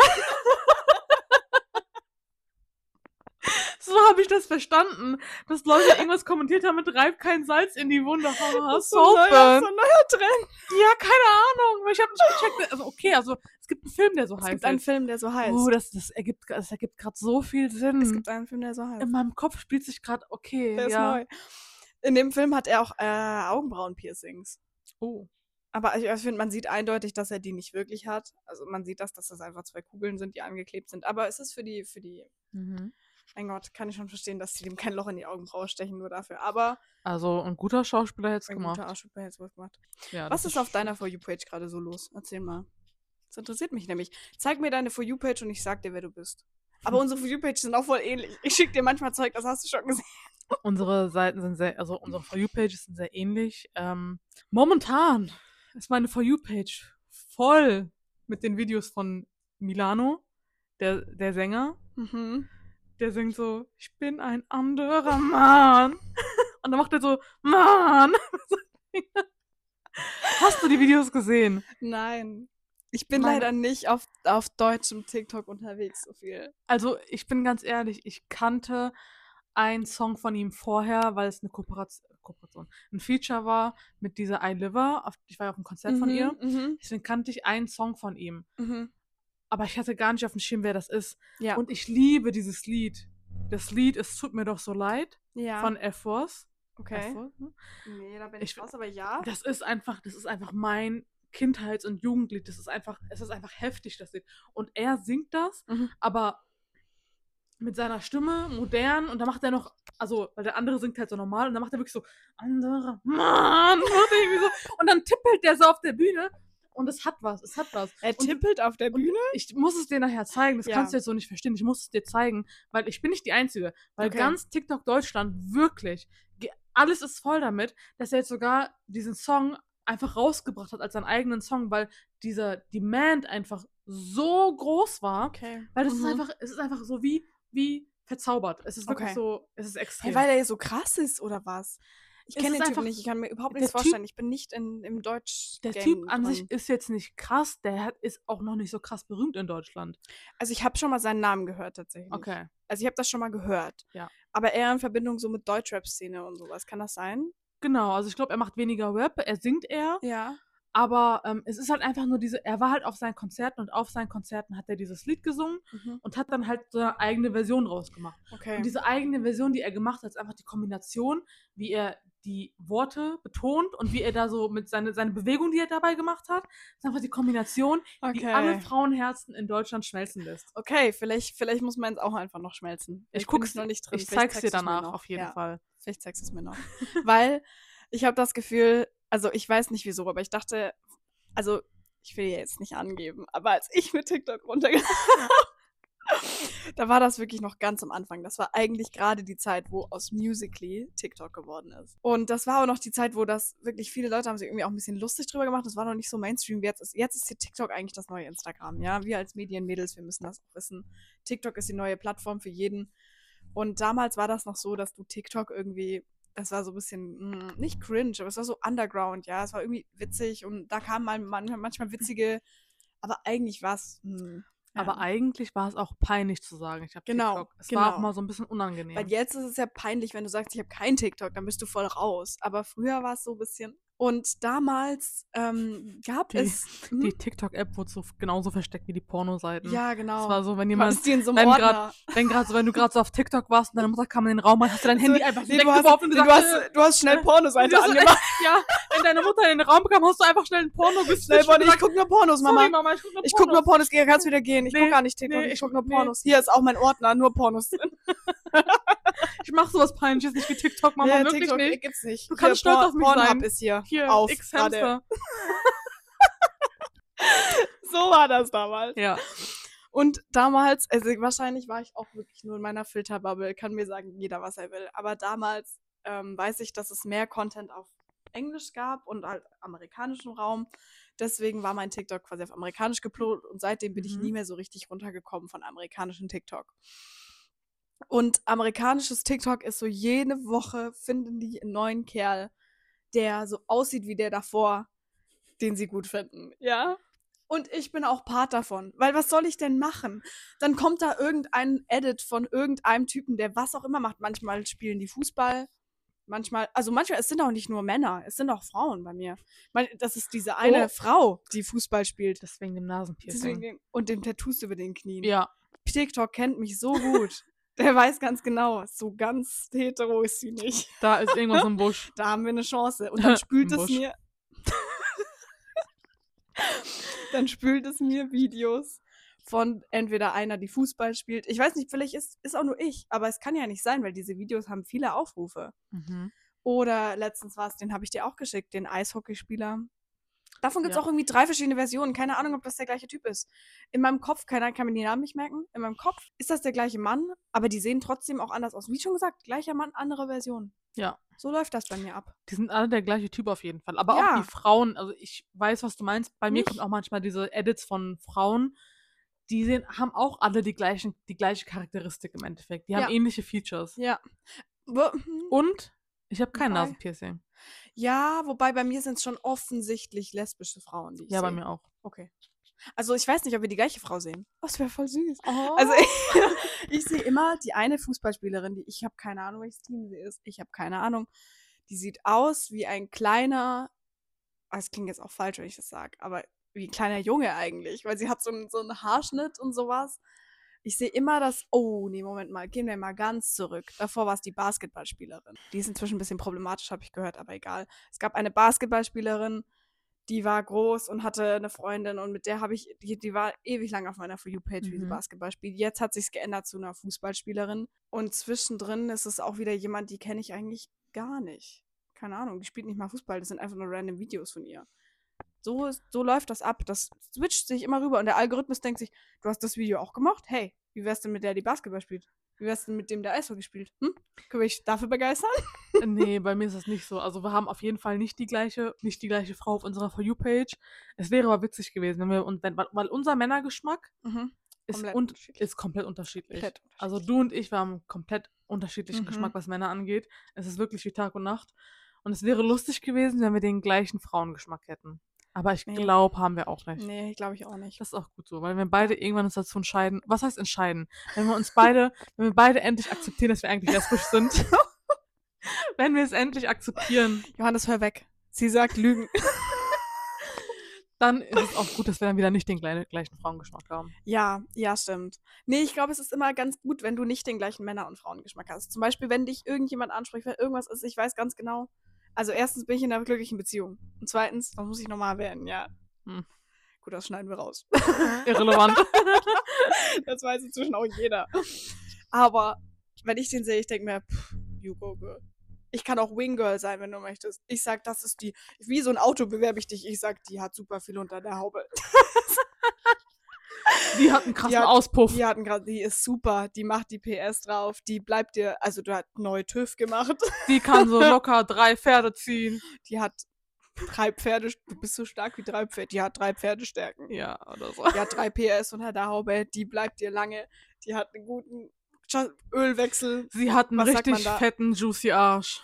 Speaker 2: so habe ich das verstanden, dass Leute irgendwas kommentiert haben mit reibt kein Salz in die Wunde. Haha,
Speaker 1: Oh, So ein neuer,
Speaker 2: Saltburn.
Speaker 1: so ein neuer Trend.
Speaker 2: Ja, keine Ahnung. weil Ich habe nicht gecheckt. Also okay, also es gibt einen Film, der so
Speaker 1: Es
Speaker 2: heißt.
Speaker 1: gibt einen Film, der so heißt.
Speaker 2: Oh, das, das ergibt, das ergibt gerade so viel Sinn.
Speaker 1: es gibt einen Film, der so heißt.
Speaker 2: In meinem Kopf spielt sich gerade, okay,
Speaker 1: Der ist
Speaker 2: ja.
Speaker 1: neu. In dem Film hat er auch äh, Augenbrauenpiercings.
Speaker 2: Oh.
Speaker 1: Aber ich, ich finde, man sieht eindeutig, dass er die nicht wirklich hat. Also man sieht das, dass das einfach zwei Kugeln sind, die angeklebt sind. Aber es ist für die, für die,
Speaker 2: Mhm.
Speaker 1: mein Gott, kann ich schon verstehen, dass sie dem kein Loch in die Augenbraue stechen, nur dafür. Aber
Speaker 2: Also ein guter Schauspieler hätte es
Speaker 1: ein
Speaker 2: gemacht.
Speaker 1: guter Arsch hat jetzt wohl gemacht.
Speaker 2: Ja,
Speaker 1: Was
Speaker 2: das
Speaker 1: Ah, ist auf deiner For You-Page gerade so los? Erzähl mal. Das interessiert mich nämlich. Zeig mir deine For You-Page und ich sag dir, wer du bist. Aber unsere For You-Page sind auch voll ähnlich. Ich schicke dir manchmal Zeug, das hast du schon gesehen.
Speaker 2: Unsere Seiten sind sehr, also unsere For You-Pages sind sehr ähnlich. Ähm, momentan ist meine For You-Page voll mit den Videos von Milano, der, der Sänger.
Speaker 1: Mhm.
Speaker 2: Der singt so, ich bin ein anderer Mann. Und dann macht er so, Mann. Hast du die Videos gesehen?
Speaker 1: Nein. Ich bin
Speaker 2: Meine-
Speaker 1: leider nicht auf, auf deutschem TikTok unterwegs so viel.
Speaker 2: Also, ich bin ganz ehrlich, ich kannte einen Song von ihm vorher, weil es eine Kooperation, Kooperation ein Feature war mit dieser I Liver. Auf- Ich war ja auf einem Konzert von
Speaker 1: Mhm,
Speaker 2: ihr.
Speaker 1: Mhm,
Speaker 2: Deswegen kannte ich einen Song von ihm.
Speaker 1: mhm.
Speaker 2: Aber ich hatte gar nicht auf dem Schirm, wer das ist.
Speaker 1: Ja.
Speaker 2: Und ich liebe dieses Lied. Das Lied Es tut mir doch so leid
Speaker 1: ja.
Speaker 2: von F-Force.
Speaker 1: okay.
Speaker 2: F-Force, ne?
Speaker 1: Nee, da bin
Speaker 2: ich
Speaker 1: ich,
Speaker 2: raus,
Speaker 1: raus, aber ja.
Speaker 2: Das ist einfach, das ist einfach mein Kindheits- und Jugendlied. Das ist einfach, es ist einfach heftig, das Lied. Und er singt das,
Speaker 1: Mhm.
Speaker 2: aber mit seiner Stimme modern und da macht er noch, also, weil der andere singt halt so normal und dann macht er wirklich so, anderer Mann, und irgendwie so, und dann tippelt der so auf der Bühne und es hat was, es hat was.
Speaker 1: Er
Speaker 2: Und-
Speaker 1: tippelt auf der
Speaker 2: Und
Speaker 1: Bühne.
Speaker 2: ich muss es dir nachher zeigen, das
Speaker 1: Ja.
Speaker 2: kannst du jetzt so nicht verstehen. Ich muss es dir zeigen, weil ich bin nicht die Einzige. Weil
Speaker 1: Okay.
Speaker 2: ganz TikTok Deutschland wirklich, ge- alles ist voll damit, dass er jetzt sogar diesen Song einfach rausgebracht hat als seinen eigenen Song, weil dieser Demand einfach so groß war.
Speaker 1: Okay.
Speaker 2: Weil das
Speaker 1: Mhm.
Speaker 2: ist einfach, es ist einfach so wie, wie verzaubert. Es ist wirklich
Speaker 1: Okay.
Speaker 2: so, es ist extrem.
Speaker 1: Hey, weil er ja so krass ist, oder was? Ich
Speaker 2: Es
Speaker 1: kenne den
Speaker 2: ist einfach-
Speaker 1: Typen nicht, ich kann mir überhaupt
Speaker 2: der
Speaker 1: nichts
Speaker 2: Typ-
Speaker 1: vorstellen. Ich bin nicht in, im Deutsch.
Speaker 2: der Typ an sich ist jetzt nicht krass, der hat, ist auch noch nicht so krass berühmt in Deutschland.
Speaker 1: Also ich habe schon mal seinen Namen gehört tatsächlich.
Speaker 2: Okay.
Speaker 1: Also ich habe das schon mal gehört.
Speaker 2: Ja.
Speaker 1: Aber eher in Verbindung so mit Deutschrap-Szene und sowas. Kann das sein?
Speaker 2: Genau, also ich glaube, er macht weniger Rap, er singt eher.
Speaker 1: Ja.
Speaker 2: Aber ähm, es ist halt einfach nur diese, er war halt auf seinen Konzerten und auf seinen Konzerten hat er dieses Lied gesungen
Speaker 1: Mhm.
Speaker 2: und hat dann halt seine eigene Version rausgemacht.
Speaker 1: Okay.
Speaker 2: Und diese eigene Version, die er gemacht hat, ist einfach die Kombination, wie er die Worte betont und wie er da so mit seine, seine Bewegung, die er dabei gemacht hat, ist einfach die Kombination, die alle
Speaker 1: okay.
Speaker 2: Frauenherzen in Deutschland schmelzen lässt.
Speaker 1: Okay, vielleicht, vielleicht muss meins auch einfach noch schmelzen.
Speaker 2: Ich
Speaker 1: Vielleicht bin
Speaker 2: guck's-
Speaker 1: noch nicht drin.
Speaker 2: Ich
Speaker 1: vielleicht
Speaker 2: zeig's dir
Speaker 1: zeigst du's mir
Speaker 2: danach
Speaker 1: noch.
Speaker 2: auf jeden
Speaker 1: ja,
Speaker 2: Fall.
Speaker 1: Vielleicht zeigst du es mir noch. Weil ich habe das Gefühl, also ich weiß nicht wieso, aber ich dachte, also ich will ja jetzt nicht angeben, aber als ich mit TikTok runtergegangen bin, da war das wirklich noch ganz am Anfang. Das war eigentlich gerade die Zeit, wo aus Musically TikTok geworden ist. Und das war auch noch die Zeit, wo das wirklich viele Leute haben sich irgendwie auch ein bisschen lustig drüber gemacht. Das war noch nicht so Mainstream wie jetzt ist. Jetzt ist hier TikTok eigentlich das neue Instagram, ja? Wir als Medienmädels, wir müssen das auch wissen. TikTok ist die neue Plattform für jeden. Und damals war das noch so, dass du TikTok irgendwie, das war so ein bisschen, mm, nicht cringe, aber es war so underground, ja. Es war irgendwie witzig und da kamen mal man- manchmal witzige, aber eigentlich war es. mm, ja.
Speaker 2: Aber eigentlich war es auch peinlich zu sagen. Ich habe
Speaker 1: Genau,
Speaker 2: TikTok. Es war auch
Speaker 1: genau.
Speaker 2: mal so ein bisschen unangenehm.
Speaker 1: Weil jetzt ist es ja peinlich, wenn du sagst, ich habe kein TikTok, dann bist du voll raus. Aber früher war es so ein bisschen. Und damals ähm, gab
Speaker 2: Die-
Speaker 1: es. Hm?
Speaker 2: Die TikTok-App wurde so genauso versteckt wie die Pornoseiten.
Speaker 1: ja, genau.
Speaker 2: Das war so, wenn
Speaker 1: Du
Speaker 2: jemand,
Speaker 1: hattest die in so einem
Speaker 2: wenn grad-
Speaker 1: Ordner.
Speaker 2: wenn gerade so, wenn du gerade so auf TikTok warst und deine Mutter kam in den Raum und hast du dein
Speaker 1: So,
Speaker 2: Handy einfach so
Speaker 1: Nee, du, hast,
Speaker 2: weggeworfen und
Speaker 1: nee,
Speaker 2: gesagt,
Speaker 1: du,
Speaker 2: äh,
Speaker 1: hast, du hast schnell Pornoseite
Speaker 2: das-
Speaker 1: angemacht.
Speaker 2: ja, wenn deine Mutter in den Raum kam, hast du einfach schnell ein Porno
Speaker 1: Schnell
Speaker 2: gesnippt und
Speaker 1: Pornos, ich
Speaker 2: gesagt,
Speaker 1: guck nur Pornos, Mama.
Speaker 2: sorry, Mama, ich guck nur
Speaker 1: Ich guck nur
Speaker 2: Pornos.
Speaker 1: Pornos, geh, kannst wieder gehen. Ich
Speaker 2: Nee,
Speaker 1: guck gar nicht TikTok,
Speaker 2: nee,
Speaker 1: ich
Speaker 2: ich-
Speaker 1: guck nur
Speaker 2: nee.
Speaker 1: Pornos. Hier ist auch mein Ordner, nur Pornos.
Speaker 2: Ich mach sowas peinliches nicht wie TikTok, Mama,
Speaker 1: Ja,
Speaker 2: wirklich nicht.
Speaker 1: gibt's nicht.
Speaker 2: Du kannst stolz auf mich
Speaker 1: Pornhub
Speaker 2: sein.
Speaker 1: ist hier.
Speaker 2: Hier,
Speaker 1: auf,
Speaker 2: X-Hamster.
Speaker 1: So war das damals.
Speaker 2: Ja.
Speaker 1: Und damals, also wahrscheinlich war ich auch wirklich nur in meiner Filterbubble, kann mir sagen jeder, was er will. Aber damals ähm, weiß ich, dass es mehr Content auf Englisch gab und halt amerikanischem Raum. Deswegen war mein TikTok quasi auf amerikanisch geplot und seitdem bin ich
Speaker 2: Mhm.
Speaker 1: nie mehr so richtig runtergekommen von amerikanischem TikTok. Und amerikanisches TikTok ist so, jede Woche finden die einen neuen Kerl, der so aussieht wie der davor, den sie gut finden. Ja. Und ich bin auch Part davon. Weil was soll ich denn machen? Dann kommt da irgendein Edit von irgendeinem Typen, der was auch immer macht. Manchmal spielen die Fußball. Manchmal, also manchmal, es sind auch nicht nur Männer, es sind auch Frauen bei mir. Man- Das ist diese eine
Speaker 2: Oh.
Speaker 1: Frau, die Fußball spielt.
Speaker 2: Deswegen dem Nasenpiercing.
Speaker 1: Deswegen, und dem Tattoos über den Knien.
Speaker 2: Ja.
Speaker 1: TikTok kennt mich so gut. Der weiß ganz genau, so ganz hetero ist sie nicht.
Speaker 2: Da ist irgendwas im Busch.
Speaker 1: Da haben wir eine Chance. Und dann spült es
Speaker 2: Im Busch.
Speaker 1: mir. dann spült es mir Videos von entweder einer, die Fußball spielt. Ich weiß nicht, vielleicht ist, ist auch nur ich, aber es kann ja nicht sein, weil diese Videos haben viele Aufrufe.
Speaker 2: Mhm.
Speaker 1: Oder letztens war es, den habe ich dir auch geschickt, den Eishockeyspieler. Davon gibt es
Speaker 2: Ja.
Speaker 1: auch irgendwie drei verschiedene Versionen. Keine Ahnung, ob das der gleiche Typ ist. In meinem Kopf, keiner kann mir die Namen nicht merken. In meinem Kopf ist das der gleiche Mann, aber die sehen trotzdem auch anders aus. Wie schon gesagt, gleicher Mann, andere Version.
Speaker 2: Ja.
Speaker 1: So läuft das bei mir ab.
Speaker 2: Die sind alle der gleiche Typ auf jeden Fall. Aber
Speaker 1: Ja.
Speaker 2: auch die Frauen, also ich weiß, was du meinst. Bei mir
Speaker 1: Nicht?
Speaker 2: kommt auch manchmal diese Edits von Frauen, die sehen, haben auch alle die, gleichen, die gleiche Charakteristik im Endeffekt. Die haben
Speaker 1: Ja.
Speaker 2: ähnliche Features.
Speaker 1: Ja. Wo- hm,
Speaker 2: Und Ich habe kein
Speaker 1: Wobei-
Speaker 2: Nasenpiercing.
Speaker 1: Ja, wobei bei mir sind es schon offensichtlich lesbische Frauen, die ich
Speaker 2: Ja, bei
Speaker 1: seh.
Speaker 2: mir auch. Oh,
Speaker 1: Okay. Also ich weiß nicht, ob wir die gleiche Frau sehen. Das wäre voll süß. Also
Speaker 2: Also,
Speaker 1: ich, ich sehe immer die eine Fußballspielerin, die ich habe keine Ahnung, welches Team sie ist. Ich habe keine Ahnung. Die sieht aus wie ein kleiner, ah, es klingt jetzt auch falsch, wenn ich das sage, aber wie ein kleiner Junge eigentlich, weil sie hat so einen, so einen Haarschnitt und sowas. Ich sehe immer das, oh nee, Moment mal, gehen wir mal ganz zurück. Davor war es die Basketballspielerin. Die ist inzwischen ein bisschen problematisch, habe ich gehört, aber egal. Es gab eine Basketballspielerin, die war groß und hatte eine Freundin und mit der habe ich, die, die war ewig lang auf meiner For You-Page, wie sie
Speaker 2: Mhm.
Speaker 1: Basketball spielt. Jetzt hat sich's geändert zu einer Fußballspielerin. Und zwischendrin ist es auch wieder jemand, die kenne ich eigentlich gar nicht. Keine Ahnung, die spielt nicht mal Fußball, das sind einfach nur random Videos von ihr. So, ist- so läuft das ab. Das switcht sich immer rüber und der Algorithmus denkt sich, du hast das Video auch gemacht? Hey, wie wär's denn mit der, die Basketball spielt? Wie wär's denn mit dem, der Eishockey spielt? Hm? Können wir dich dafür begeistern?
Speaker 2: nee, bei mir ist das nicht so. Also wir haben auf jeden Fall nicht die gleiche, nicht die gleiche Frau auf unserer For You Page. Es wäre aber witzig gewesen, wenn wir und wenn, weil- weil unser Männergeschmack
Speaker 1: Mhm.
Speaker 2: ist
Speaker 1: Komplett
Speaker 2: und
Speaker 1: unterschiedlich.
Speaker 2: ist komplett unterschiedlich.
Speaker 1: Komplett
Speaker 2: Also du und ich, wir haben komplett unterschiedlichen
Speaker 1: Mhm.
Speaker 2: Geschmack, was Männer angeht. Es ist wirklich wie Tag und Nacht. Und es wäre lustig gewesen, wenn wir den gleichen Frauengeschmack hätten. Aber ich
Speaker 1: Nee.
Speaker 2: glaube, haben wir auch nicht.
Speaker 1: Also, Nee, glaube ich auch nicht.
Speaker 2: Das ist auch gut so, weil wenn beide irgendwann uns dazu entscheiden, was heißt entscheiden? Wenn wir uns beide, wenn wir beide endlich akzeptieren, dass wir eigentlich lesbisch sind. wenn wir es endlich akzeptieren,
Speaker 1: Johannes, hör weg. Sie sagt Lügen.
Speaker 2: dann ist es auch gut, dass wir dann wieder nicht den kleine, gleichen Frauengeschmack haben.
Speaker 1: Ja, ja, stimmt. Nee, ich glaube, es ist immer ganz gut, wenn du nicht den gleichen Männer- und Frauengeschmack hast. Zum Beispiel, wenn dich irgendjemand anspricht, wenn irgendwas ist, ich weiß ganz genau. Also erstens bin ich in einer glücklichen Beziehung. Und zweitens, dann muss ich normal werden, ja.
Speaker 2: Hm.
Speaker 1: Gut, das schneiden wir raus.
Speaker 2: Irrelevant.
Speaker 1: Das weiß inzwischen auch jeder. Aber wenn ich den sehe, ich denke mir, pff, you go girl. Ich kann auch Wing Girl sein, wenn du möchtest. Ich sag, das ist die. Wie so ein Auto bewerbe ich dich. Ich sag, die hat super viel unter der Haube.
Speaker 2: Die hat einen krassen
Speaker 1: Ja,
Speaker 2: Auspuff.
Speaker 1: Die hatten gerade, die ist super, die macht die PS drauf, die bleibt dir, also du hast neu TÜV gemacht,
Speaker 2: Die kann so locker drei Pferde ziehen.
Speaker 1: die hat drei Pferde, du bist so stark wie drei Pferde, die hat drei Pferdestärken.
Speaker 2: Ja, oder so.
Speaker 1: Die hat drei PS unter der Haube, die bleibt dir lange, die hat einen guten Scha- Ölwechsel.
Speaker 2: Sie hat einen
Speaker 1: Was sagt man
Speaker 2: richtig
Speaker 1: da?
Speaker 2: fetten, juicy Arsch.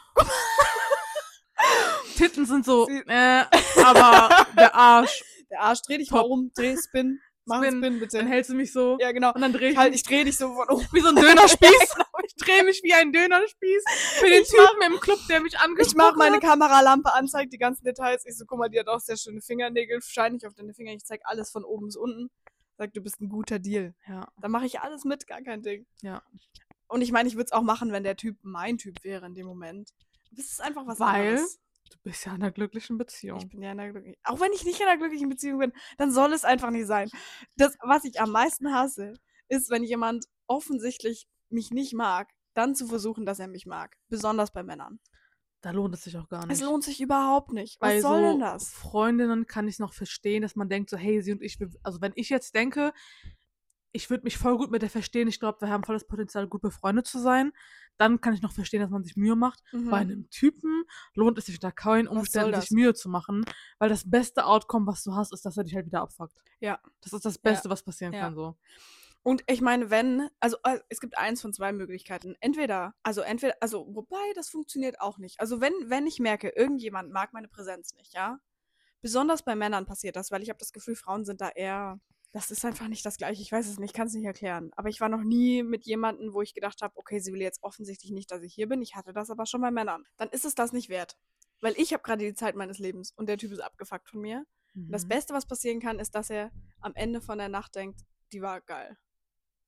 Speaker 2: Titten sind so,
Speaker 1: Sie-
Speaker 2: äh, aber der Arsch.
Speaker 1: Der Arsch, dreh dich mal
Speaker 2: Top.
Speaker 1: um, dreh, spin, mach spin,
Speaker 2: Spin.
Speaker 1: spin
Speaker 2: Dann
Speaker 1: bitte.
Speaker 2: hältst du mich so
Speaker 1: Ja, genau.
Speaker 2: und dann dreh ich
Speaker 1: Halt,
Speaker 2: mich
Speaker 1: ich dreh dich so von oben.
Speaker 2: wie so ein Dönerspieß. Ich drehe mich wie ein Dönerspieß für den
Speaker 1: Ich
Speaker 2: Typen im Club, der mich
Speaker 1: Ich
Speaker 2: angesprochen
Speaker 1: mach meine
Speaker 2: hat.
Speaker 1: Kameralampe, anzeigt die ganzen Details. Ich so, guck mal, die hat auch sehr schöne Fingernägel, schein nicht auf deine Finger, ich zeig alles von oben bis unten. Sag, du bist ein guter Deal.
Speaker 2: Ja,
Speaker 1: Dann mache ich alles mit, gar kein Ding.
Speaker 2: Ja.
Speaker 1: Und ich meine, ich würde es auch machen, wenn der Typ mein Typ wäre in dem Moment. Das ist einfach was
Speaker 2: Weil?
Speaker 1: anderes.
Speaker 2: du bist ja in einer glücklichen
Speaker 1: Ich
Speaker 2: Beziehung.
Speaker 1: bin ja in einer glücklichen Auch wenn ich nicht in einer glücklichen Beziehung bin, dann soll es einfach nicht sein. Das, was ich am meisten hasse, ist, wenn jemand offensichtlich mich nicht mag, dann zu versuchen, dass er mich mag. Besonders bei Männern.
Speaker 2: Da lohnt es sich auch gar nicht. Also,
Speaker 1: Es lohnt sich überhaupt nicht. Was
Speaker 2: Bei
Speaker 1: soll
Speaker 2: so
Speaker 1: denn das?
Speaker 2: Freundinnen kann ich es noch verstehen, dass man denkt so, hey, sie und ich, wir, also wenn ich jetzt denke, ich würde mich voll gut mit der verstehen, ich glaube, wir haben voll das Potenzial, gut befreundet zu sein, dann kann ich noch verstehen, dass man sich Mühe macht.
Speaker 1: Mhm.
Speaker 2: Bei einem Typen lohnt es sich da keinen
Speaker 1: soll
Speaker 2: Umständen,
Speaker 1: das?
Speaker 2: sich Mühe zu machen, weil das beste Outcome, was du hast, ist, dass er dich halt wieder abfuckt.
Speaker 1: Ja.
Speaker 2: Das ist das Beste, was passieren
Speaker 1: Ja.
Speaker 2: kann, so.
Speaker 1: Und ich meine, wenn, also äh, es gibt eins von zwei Möglichkeiten. Entweder, also entweder, also wobei, das funktioniert auch nicht. Also wenn, wenn ich merke, irgendjemand mag meine Präsenz nicht, ja. Besonders bei Männern passiert das, weil ich habe das Gefühl, Frauen sind da eher, das ist einfach nicht das Gleiche. Ich weiß es nicht, kann es nicht erklären. Aber ich war noch nie mit jemandem, wo ich gedacht habe, okay, sie will jetzt offensichtlich nicht, dass ich hier bin. Ich hatte das aber schon bei Männern. Dann ist es das nicht wert. Weil ich habe gerade die Zeit meines Lebens und der Typ ist abgefuckt von mir. Und Das
Speaker 2: Mhm.
Speaker 1: Beste, was passieren kann, ist, dass er am Ende von der Nacht denkt, die war geil.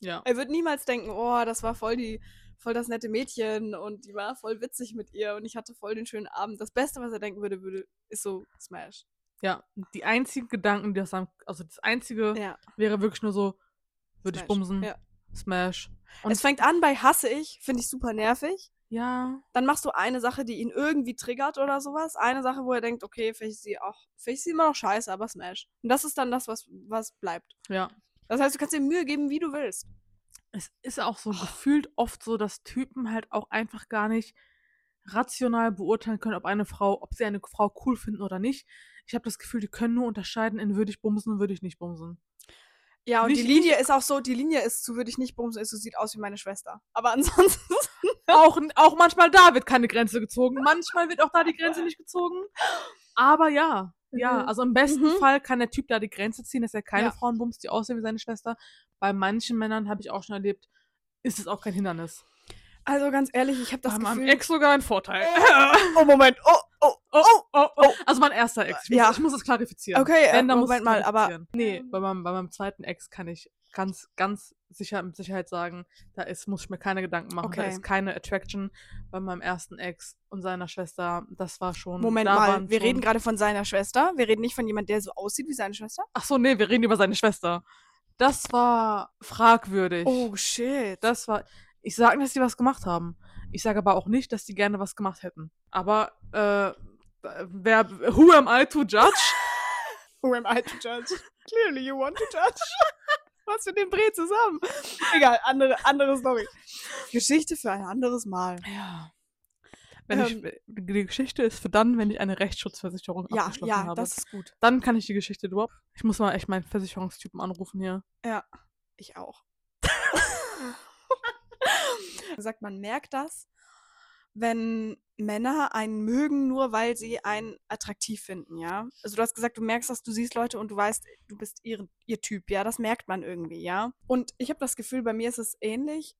Speaker 2: Ja.
Speaker 1: Er wird niemals denken, oh, das war voll die, voll das nette Mädchen und die war voll witzig mit ihr und ich hatte voll den schönen Abend. Das Beste, was er denken würde, würde ist so Smash.
Speaker 2: Ja, die einzigen Gedanken, die aus seinem, also das einzige
Speaker 1: Ja.
Speaker 2: wäre wirklich nur so, würde ich
Speaker 1: Smash,
Speaker 2: bumsen,
Speaker 1: ja.
Speaker 2: Smash.
Speaker 1: Und
Speaker 2: Und-
Speaker 1: es fängt an bei hasse ich, finde ich super nervig.
Speaker 2: Ja,
Speaker 1: Dann machst du eine Sache, die ihn irgendwie triggert oder sowas. Eine Sache, wo er denkt, okay, vielleicht ist sie auch, vielleicht ist sie immer noch scheiße, aber Smash. Und das ist dann das, was, was bleibt.
Speaker 2: ja.
Speaker 1: Das heißt, du kannst dir Mühe geben, wie du willst.
Speaker 2: Es ist auch
Speaker 1: Oh.
Speaker 2: so gefühlt oft so, dass Typen halt auch einfach gar nicht rational beurteilen können, ob eine Frau, ob sie eine Frau cool finden oder nicht. Ich habe das Gefühl, die können nur unterscheiden in würde ich bumsen und würde ich nicht bumsen.
Speaker 1: Ja, und
Speaker 2: Nicht-
Speaker 1: die Linie ist auch so, die Linie ist zu, würde ich nicht bumsen, ist so, sieht aus wie meine Schwester. Aber ansonsten.
Speaker 2: auch, auch manchmal da wird keine Grenze gezogen. Manchmal wird auch da die Grenze nicht gezogen. Aber ja, ja.
Speaker 1: Mhm.
Speaker 2: Also im besten
Speaker 1: Mhm.
Speaker 2: Fall kann der Typ da die Grenze ziehen, dass er keine
Speaker 1: Ja.
Speaker 2: Frauen bumst, die aussehen wie seine Schwester. Bei manchen Männern habe ich auch schon erlebt, ist es auch kein Hindernis.
Speaker 1: Also ganz ehrlich, ich habe das
Speaker 2: Bei meinem
Speaker 1: Gefühl.
Speaker 2: Ex sogar ein Vorteil.
Speaker 1: oh, Moment. Oh, oh,
Speaker 2: Oh,
Speaker 1: oh.
Speaker 2: oh,
Speaker 1: oh.
Speaker 2: oh. Also mein erster Ex. Ich muss,
Speaker 1: Ja.
Speaker 2: ich muss es klarifizieren.
Speaker 1: Okay, äh,
Speaker 2: Wenn, dann muss
Speaker 1: Moment
Speaker 2: es
Speaker 1: mal, aber.
Speaker 2: klarifizieren. Nee, bei meinem, bei meinem zweiten Ex kann ich ganz, ganz sicher mit Sicherheit sagen, da ist, muss ich mir keine Gedanken machen. Da
Speaker 1: Okay.
Speaker 2: ist keine Attraction bei meinem ersten Ex und seiner Schwester. Das war schon.
Speaker 1: Moment
Speaker 2: da
Speaker 1: mal,
Speaker 2: waren
Speaker 1: wir
Speaker 2: schon,
Speaker 1: reden gerade von seiner Schwester. Wir reden nicht von jemandem, der so aussieht wie seine Schwester.
Speaker 2: Ach so, nee, wir reden über seine Schwester. Das war fragwürdig.
Speaker 1: Oh, shit.
Speaker 2: Das war. Ich sage nicht, dass die was gemacht haben. Ich sage aber auch nicht, dass die gerne was gemacht hätten. Aber äh, wer, who am I to judge?
Speaker 1: Who am I to judge? Clearly you want to judge. Was mit dem Dreh zusammen? Egal, andere, andere Story. Geschichte für ein anderes Mal.
Speaker 2: Ja. Wenn ich, äh, die Geschichte ist für dann, wenn ich eine Rechtsschutzversicherung
Speaker 1: Ähm, Ja,
Speaker 2: abgeschlossen
Speaker 1: ja,
Speaker 2: habe.
Speaker 1: das ist gut.
Speaker 2: dann kann ich die Geschichte droppen. Ich muss mal echt meinen Versicherungstypen anrufen hier.
Speaker 1: Ich auch. sagt, man merkt das, wenn Männer einen mögen, nur weil sie einen attraktiv finden, ja? Also du hast gesagt, du merkst das, du siehst Leute und du weißt, du bist ihr, ihr Typ, ja? Das merkt man irgendwie, ja? Und ich habe das Gefühl, bei mir ist es ähnlich,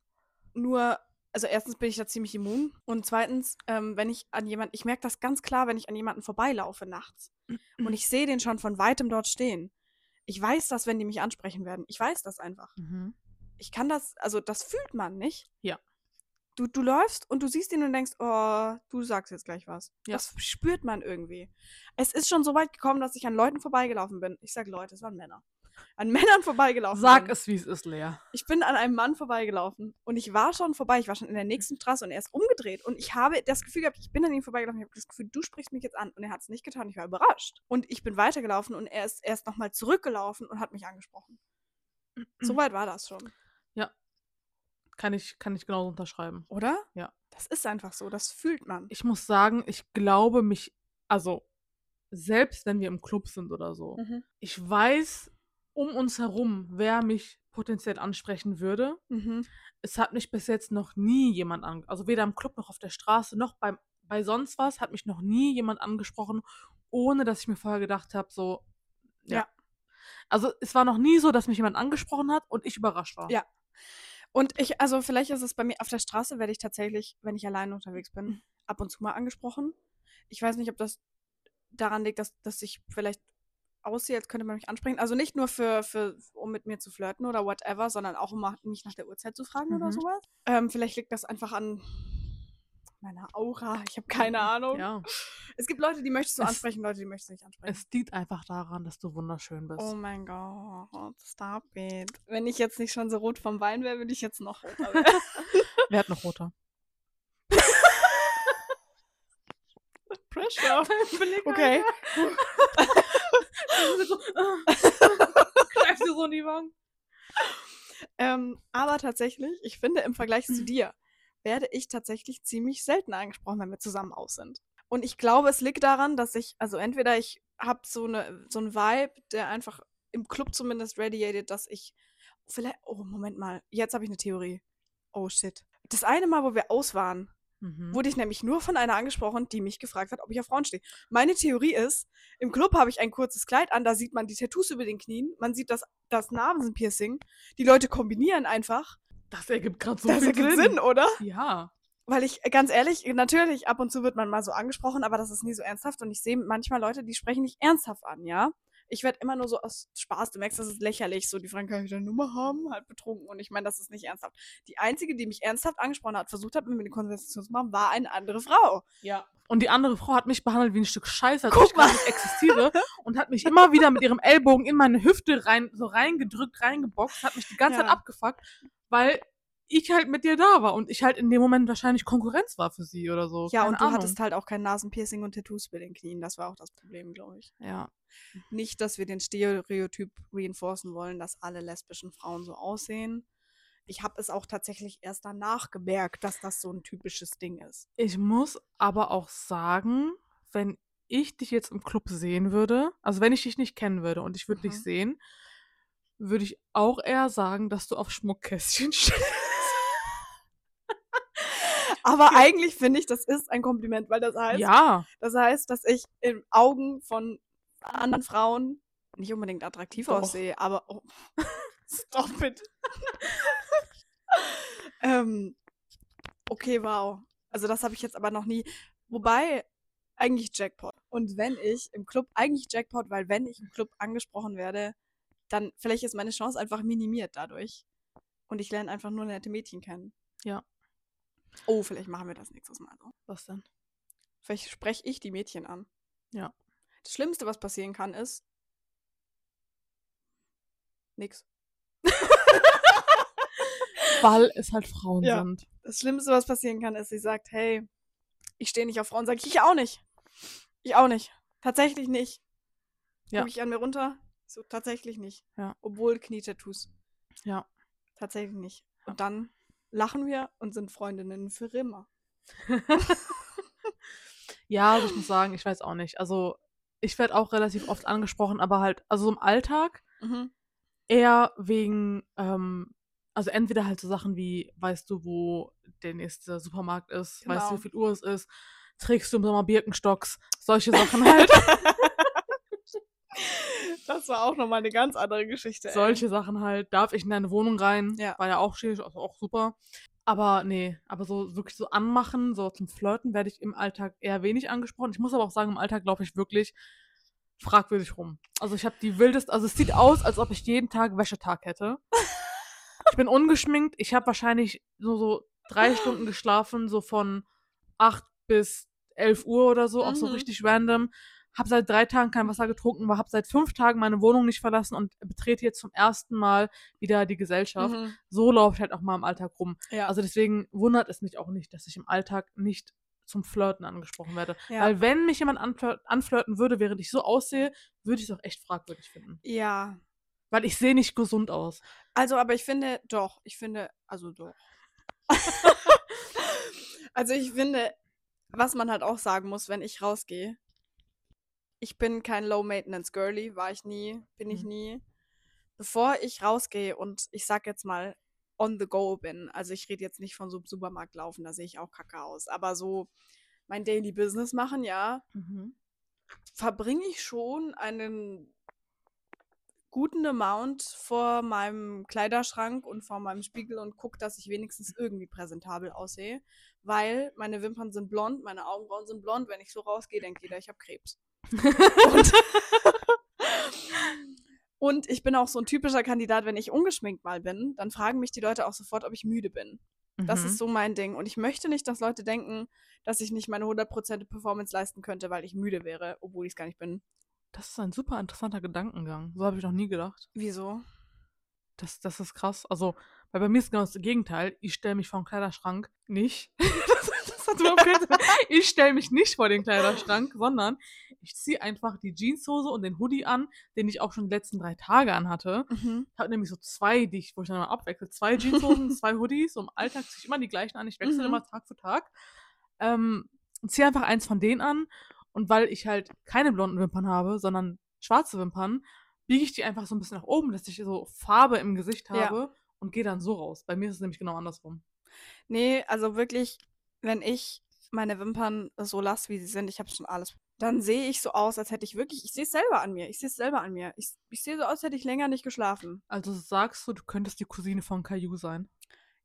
Speaker 1: nur, also erstens bin ich da ziemlich immun und zweitens, ähm, wenn ich an jemanden, ich merke das ganz klar, wenn ich an jemanden vorbeilaufe nachts und ich sehe den schon von weitem dort stehen. Ich weiß das, wenn die mich ansprechen werden. Ich weiß das einfach ich kann das, also das fühlt man nicht.
Speaker 2: Ja.
Speaker 1: Du, du läufst und du siehst ihn und denkst, oh, du sagst jetzt gleich was.
Speaker 2: Ja.
Speaker 1: Das spürt man irgendwie. Es ist schon so weit gekommen, dass ich an Leuten vorbeigelaufen bin. Ich sag Leute, es waren Männer. An Männern vorbeigelaufen.
Speaker 2: Sag
Speaker 1: bin.
Speaker 2: es, wie es ist, Lea.
Speaker 1: Ich bin an einem Mann vorbeigelaufen und ich war schon vorbei. Ich war schon in der nächsten Straße und er ist umgedreht. Und ich habe das Gefühl gehabt, ich bin an ihm vorbeigelaufen. Ich habe das Gefühl, du sprichst mich jetzt an. Und er hat es nicht getan. Ich war überrascht. Und ich bin weitergelaufen und er ist erst nochmal zurückgelaufen und hat mich angesprochen. So weit war das schon.
Speaker 2: Kann ich, kann ich genauso unterschreiben.
Speaker 1: Oder?
Speaker 2: Ja.
Speaker 1: Das ist einfach so, das fühlt man.
Speaker 2: Ich muss sagen, ich glaube mich, also selbst wenn wir im Club sind oder so,
Speaker 1: Mhm.
Speaker 2: ich weiß um uns herum, wer mich potenziell ansprechen würde.
Speaker 1: Mhm.
Speaker 2: es hat mich bis jetzt noch nie jemand an, also weder im Club noch auf der Straße noch beim, bei sonst was hat mich noch nie jemand angesprochen, ohne dass ich mir vorher gedacht habe, so ja.
Speaker 1: Ja.
Speaker 2: Also es war noch nie so, dass mich jemand angesprochen hat und ich überrascht war.
Speaker 1: Ja. Und ich, also vielleicht ist es bei mir, auf der Straße werde ich tatsächlich, wenn ich alleine unterwegs bin, ab und zu mal angesprochen. Ich weiß nicht, ob das daran liegt, dass, dass ich vielleicht aussehe, als könnte man mich ansprechen. Also nicht nur für, für, um mit mir zu flirten oder whatever, sondern auch um mich nach der Uhrzeit zu fragen
Speaker 2: Mhm.
Speaker 1: oder sowas. Ähm, vielleicht liegt das einfach an meiner Aura. Ich habe keine Ahnung.
Speaker 2: Ja.
Speaker 1: Es gibt Leute, die möchtest du
Speaker 2: Es-
Speaker 1: ansprechen, Leute, die möchtest du nicht ansprechen.
Speaker 2: Es liegt einfach daran, dass du wunderschön bist.
Speaker 1: Oh mein Gott, stop it. Wenn ich jetzt nicht schon so rot vom Wein wäre, würde ich jetzt noch roter werden.
Speaker 2: Wer hat noch roter?
Speaker 1: Pressure. Okay.
Speaker 2: Okay. Greif dir so in die Wangen.
Speaker 1: Ähm, aber tatsächlich, ich finde, im Vergleich zu dir werde ich tatsächlich ziemlich selten angesprochen, wenn wir zusammen auf sind. Und ich glaube, es liegt daran, dass ich, also entweder ich habe so, eine, so einen Vibe, der einfach im Club zumindest radiated, dass ich vielleicht, oh, Moment mal, jetzt habe ich eine Theorie. Oh, shit. Das eine Mal, wo wir aus waren,
Speaker 2: Mhm.
Speaker 1: wurde ich nämlich nur von einer angesprochen, die mich gefragt hat, ob ich auf Frauen stehe. Meine Theorie ist, im Club habe ich ein kurzes Kleid an, da sieht man die Tattoos über den Knien, man sieht das, das Nasenpiercing. Die Leute kombinieren einfach.
Speaker 2: Das ergibt gerade so
Speaker 1: das
Speaker 2: viel
Speaker 1: ergibt Sinn, oder?
Speaker 2: Ja.
Speaker 1: Weil ich, äh, ganz ehrlich, natürlich, ab und zu wird man mal so angesprochen, aber das ist nie so ernsthaft. Und ich sehe manchmal Leute, die sprechen nicht ernsthaft an, ja? Ich werde immer nur so aus Spaß, du merkst, das ist lächerlich, so die Fragen kann ich deine Nummer haben, halt betrunken. Und ich meine, das ist nicht ernsthaft. Die einzige, die mich ernsthaft angesprochen hat, versucht hat, mit mir eine Konversation zu machen, war eine andere Frau.
Speaker 2: Ja. Und die andere Frau hat mich behandelt wie ein Stück Scheiße, als
Speaker 1: Guck
Speaker 2: ich gar nicht existiere und hat mich immer wieder mit ihrem Ellbogen in meine Hüfte rein, so reingedrückt, reingeboxt, hat mich die ganze
Speaker 1: Ja.
Speaker 2: Zeit abgefuckt, weil ich halt mit dir da war und ich halt in dem Moment wahrscheinlich Konkurrenz war für sie oder so.
Speaker 1: Ja,
Speaker 2: Keine
Speaker 1: und du
Speaker 2: Ahnung.
Speaker 1: hattest halt auch kein Nasenpiercing und Tattoos bei den Knien. Das war auch das Problem, glaube ich.
Speaker 2: Ja.
Speaker 1: Nicht, dass wir den Stereotyp reinforcen wollen, dass alle lesbischen Frauen so aussehen. Ich habe es auch tatsächlich erst danach gemerkt, dass das so ein typisches Ding ist.
Speaker 2: Ich muss aber auch sagen, wenn ich dich jetzt im Club sehen würde, also wenn ich dich nicht kennen würde und ich würde dich
Speaker 1: Mhm.
Speaker 2: sehen, würde ich auch eher sagen, dass du auf Schmuckkästchen stehst.
Speaker 1: Aber eigentlich finde ich, das ist ein Kompliment, weil das heißt,
Speaker 2: Ja.
Speaker 1: das heißt, dass ich in Augen von anderen Frauen nicht unbedingt attraktiv
Speaker 2: Doch.
Speaker 1: aussehe, aber oh, stop it. ähm, okay, wow. Also das habe ich jetzt aber noch nie. Wobei eigentlich Jackpot. Und wenn ich im Club eigentlich Jackpot, weil wenn ich im Club angesprochen werde, dann vielleicht ist meine Chance einfach minimiert dadurch. Und ich lerne einfach nur nette Mädchen kennen.
Speaker 2: Ja.
Speaker 1: Oh, vielleicht machen wir das nächstes Mal so.
Speaker 2: Was denn?
Speaker 1: Vielleicht spreche ich die Mädchen an.
Speaker 2: Ja.
Speaker 1: Das Schlimmste, was passieren kann, ist. Nix.
Speaker 2: Weil es halt Frauen
Speaker 1: Ja.
Speaker 2: sind.
Speaker 1: Das Schlimmste, was passieren kann, ist, sie sagt, hey, ich stehe nicht auf Frauen. Sag ich, ich auch nicht. Ich auch nicht. Tatsächlich nicht.
Speaker 2: Ja.
Speaker 1: Guck ich an mir runter? So, tatsächlich nicht.
Speaker 2: Ja.
Speaker 1: Obwohl Knietattoos.
Speaker 2: Ja.
Speaker 1: Tatsächlich nicht. Und dann lachen wir und sind Freundinnen für immer.
Speaker 2: Ja, also ich muss sagen, ich weiß auch nicht. Also ich werde auch relativ oft angesprochen, aber halt, also so im Alltag
Speaker 1: Mhm.
Speaker 2: eher wegen, ähm, also entweder halt so Sachen wie, weißt du, wo der nächste Supermarkt ist, weißt du,
Speaker 1: Genau.
Speaker 2: wie viel Uhr es ist, trägst du im Sommer Birkenstocks, solche Sachen halt.
Speaker 1: Das war auch nochmal eine ganz andere Geschichte. ey.
Speaker 2: solche Sachen halt. Darf ich in deine Wohnung rein?
Speaker 1: Ja.
Speaker 2: War ja auch schwierig, also auch super. Aber nee, aber so wirklich so anmachen, so zum Flirten werde ich im Alltag eher wenig angesprochen. Ich muss aber auch sagen, im Alltag laufe ich wirklich fragwürdig rum. Also ich habe die wildeste, also es sieht aus, als ob ich jeden Tag Wäschetag hätte. Ich bin ungeschminkt, ich habe wahrscheinlich so, so drei Stunden geschlafen, so von 8 bis 11 Uhr oder so, auch so
Speaker 1: Mhm.
Speaker 2: richtig random. Hab seit drei Tagen kein Wasser getrunken, war, hab seit fünf Tagen meine Wohnung nicht verlassen und betrete jetzt zum ersten Mal wieder die Gesellschaft.
Speaker 1: Mhm.
Speaker 2: So läuft halt auch mal im Alltag rum.
Speaker 1: Ja.
Speaker 2: Also deswegen wundert es mich auch nicht, dass ich im Alltag nicht zum Flirten angesprochen werde.
Speaker 1: Ja.
Speaker 2: Weil wenn mich jemand anflir anflirten würde, während ich so aussehe, würde ich es auch echt fragwürdig finden.
Speaker 1: ja.
Speaker 2: Weil ich sehe nicht gesund aus.
Speaker 1: Also, aber ich finde, doch, ich finde, also doch. also ich finde, was man halt auch sagen muss, wenn ich rausgehe, ich bin kein Low-Maintenance-Girly, war ich nie, bin ich
Speaker 2: Mhm.
Speaker 1: nie. Bevor ich rausgehe und ich sag jetzt mal on the go bin, also ich rede jetzt nicht von so einem Supermarkt laufen, da sehe ich auch kacke aus, aber so mein Daily Business machen, ja, verbringe ich schon einen guten Amount vor meinem Kleiderschrank und vor meinem Spiegel und gucke, dass ich wenigstens irgendwie präsentabel aussehe, weil meine Wimpern sind blond, meine Augenbrauen sind blond. Wenn ich so rausgehe, denkt jeder, ich habe Krebs. und, und ich bin auch so ein typischer Kandidat, wenn ich ungeschminkt mal bin, dann fragen mich die Leute auch sofort, ob ich müde bin.
Speaker 2: Mhm.
Speaker 1: Das ist so mein Ding. Und ich möchte nicht, dass Leute denken, dass ich nicht meine 100% Performance leisten könnte, weil ich müde wäre, obwohl ich es gar nicht bin.
Speaker 2: Das ist ein super interessanter Gedankengang. So habe ich noch nie gedacht.
Speaker 1: Wieso?
Speaker 2: Das, das ist krass. Also, weil bei mir ist genau das Gegenteil. Ich stelle mich vor den Kleiderschrank nicht. das, das hat überhaupt keinen Sinn. Ich stelle mich nicht vor den Kleiderschrank, sondern ich ziehe einfach die Jeanshose und den Hoodie an, den ich auch schon die letzten drei Tage anhatte.
Speaker 1: Mhm.
Speaker 2: Ich habe nämlich so zwei, die ich, wo ich dann mal abwechsel. Zwei Jeanshosen, zwei Hoodies. So im Alltag ziehe ich immer die gleichen an. Ich wechsle
Speaker 1: Mhm.
Speaker 2: immer Tag für Tag. Ähm, und ziehe einfach eins von denen an. Und weil ich halt keine blonden Wimpern habe, sondern schwarze Wimpern, biege ich die einfach so ein bisschen nach oben, dass ich so Farbe im Gesicht
Speaker 1: Ja.
Speaker 2: habe und gehe dann so raus. Bei mir ist es nämlich genau andersrum.
Speaker 1: Nee, also wirklich, wenn ich meine Wimpern so lasse, wie sie sind, ich habe schon alles. Dann sehe ich so aus, als hätte ich wirklich, ich sehe es selber an mir. Ich sehe es selber an mir. Ich, ich sehe so aus, als hätte ich länger nicht geschlafen.
Speaker 2: Also sagst du, du könntest die Cousine von Caillou sein.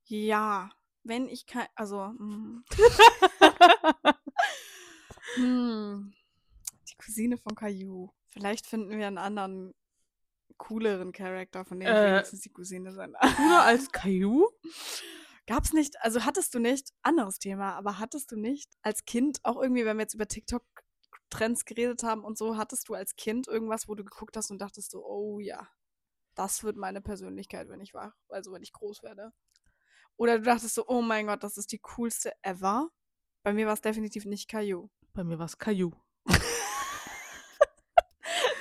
Speaker 1: Ja, wenn ich kein, also. mm. Hm. Die Cousine von Caillou. Vielleicht finden wir einen anderen cooleren Charakter, von dem ich
Speaker 2: Äh.
Speaker 1: wenigstens die Cousine sein
Speaker 2: Cooler als Caillou?
Speaker 1: Gab's nicht, also hattest du nicht, anderes Thema, aber hattest du nicht als Kind auch irgendwie, wenn wir jetzt über TikTok-Trends geredet haben und so, hattest du als Kind irgendwas, wo du geguckt hast und dachtest so, oh ja, das wird meine Persönlichkeit, wenn ich wach, also wenn ich groß werde. Oder du dachtest so, oh mein Gott, das ist die coolste ever. Bei mir war es definitiv nicht Caillou.
Speaker 2: Bei mir war es Caillou.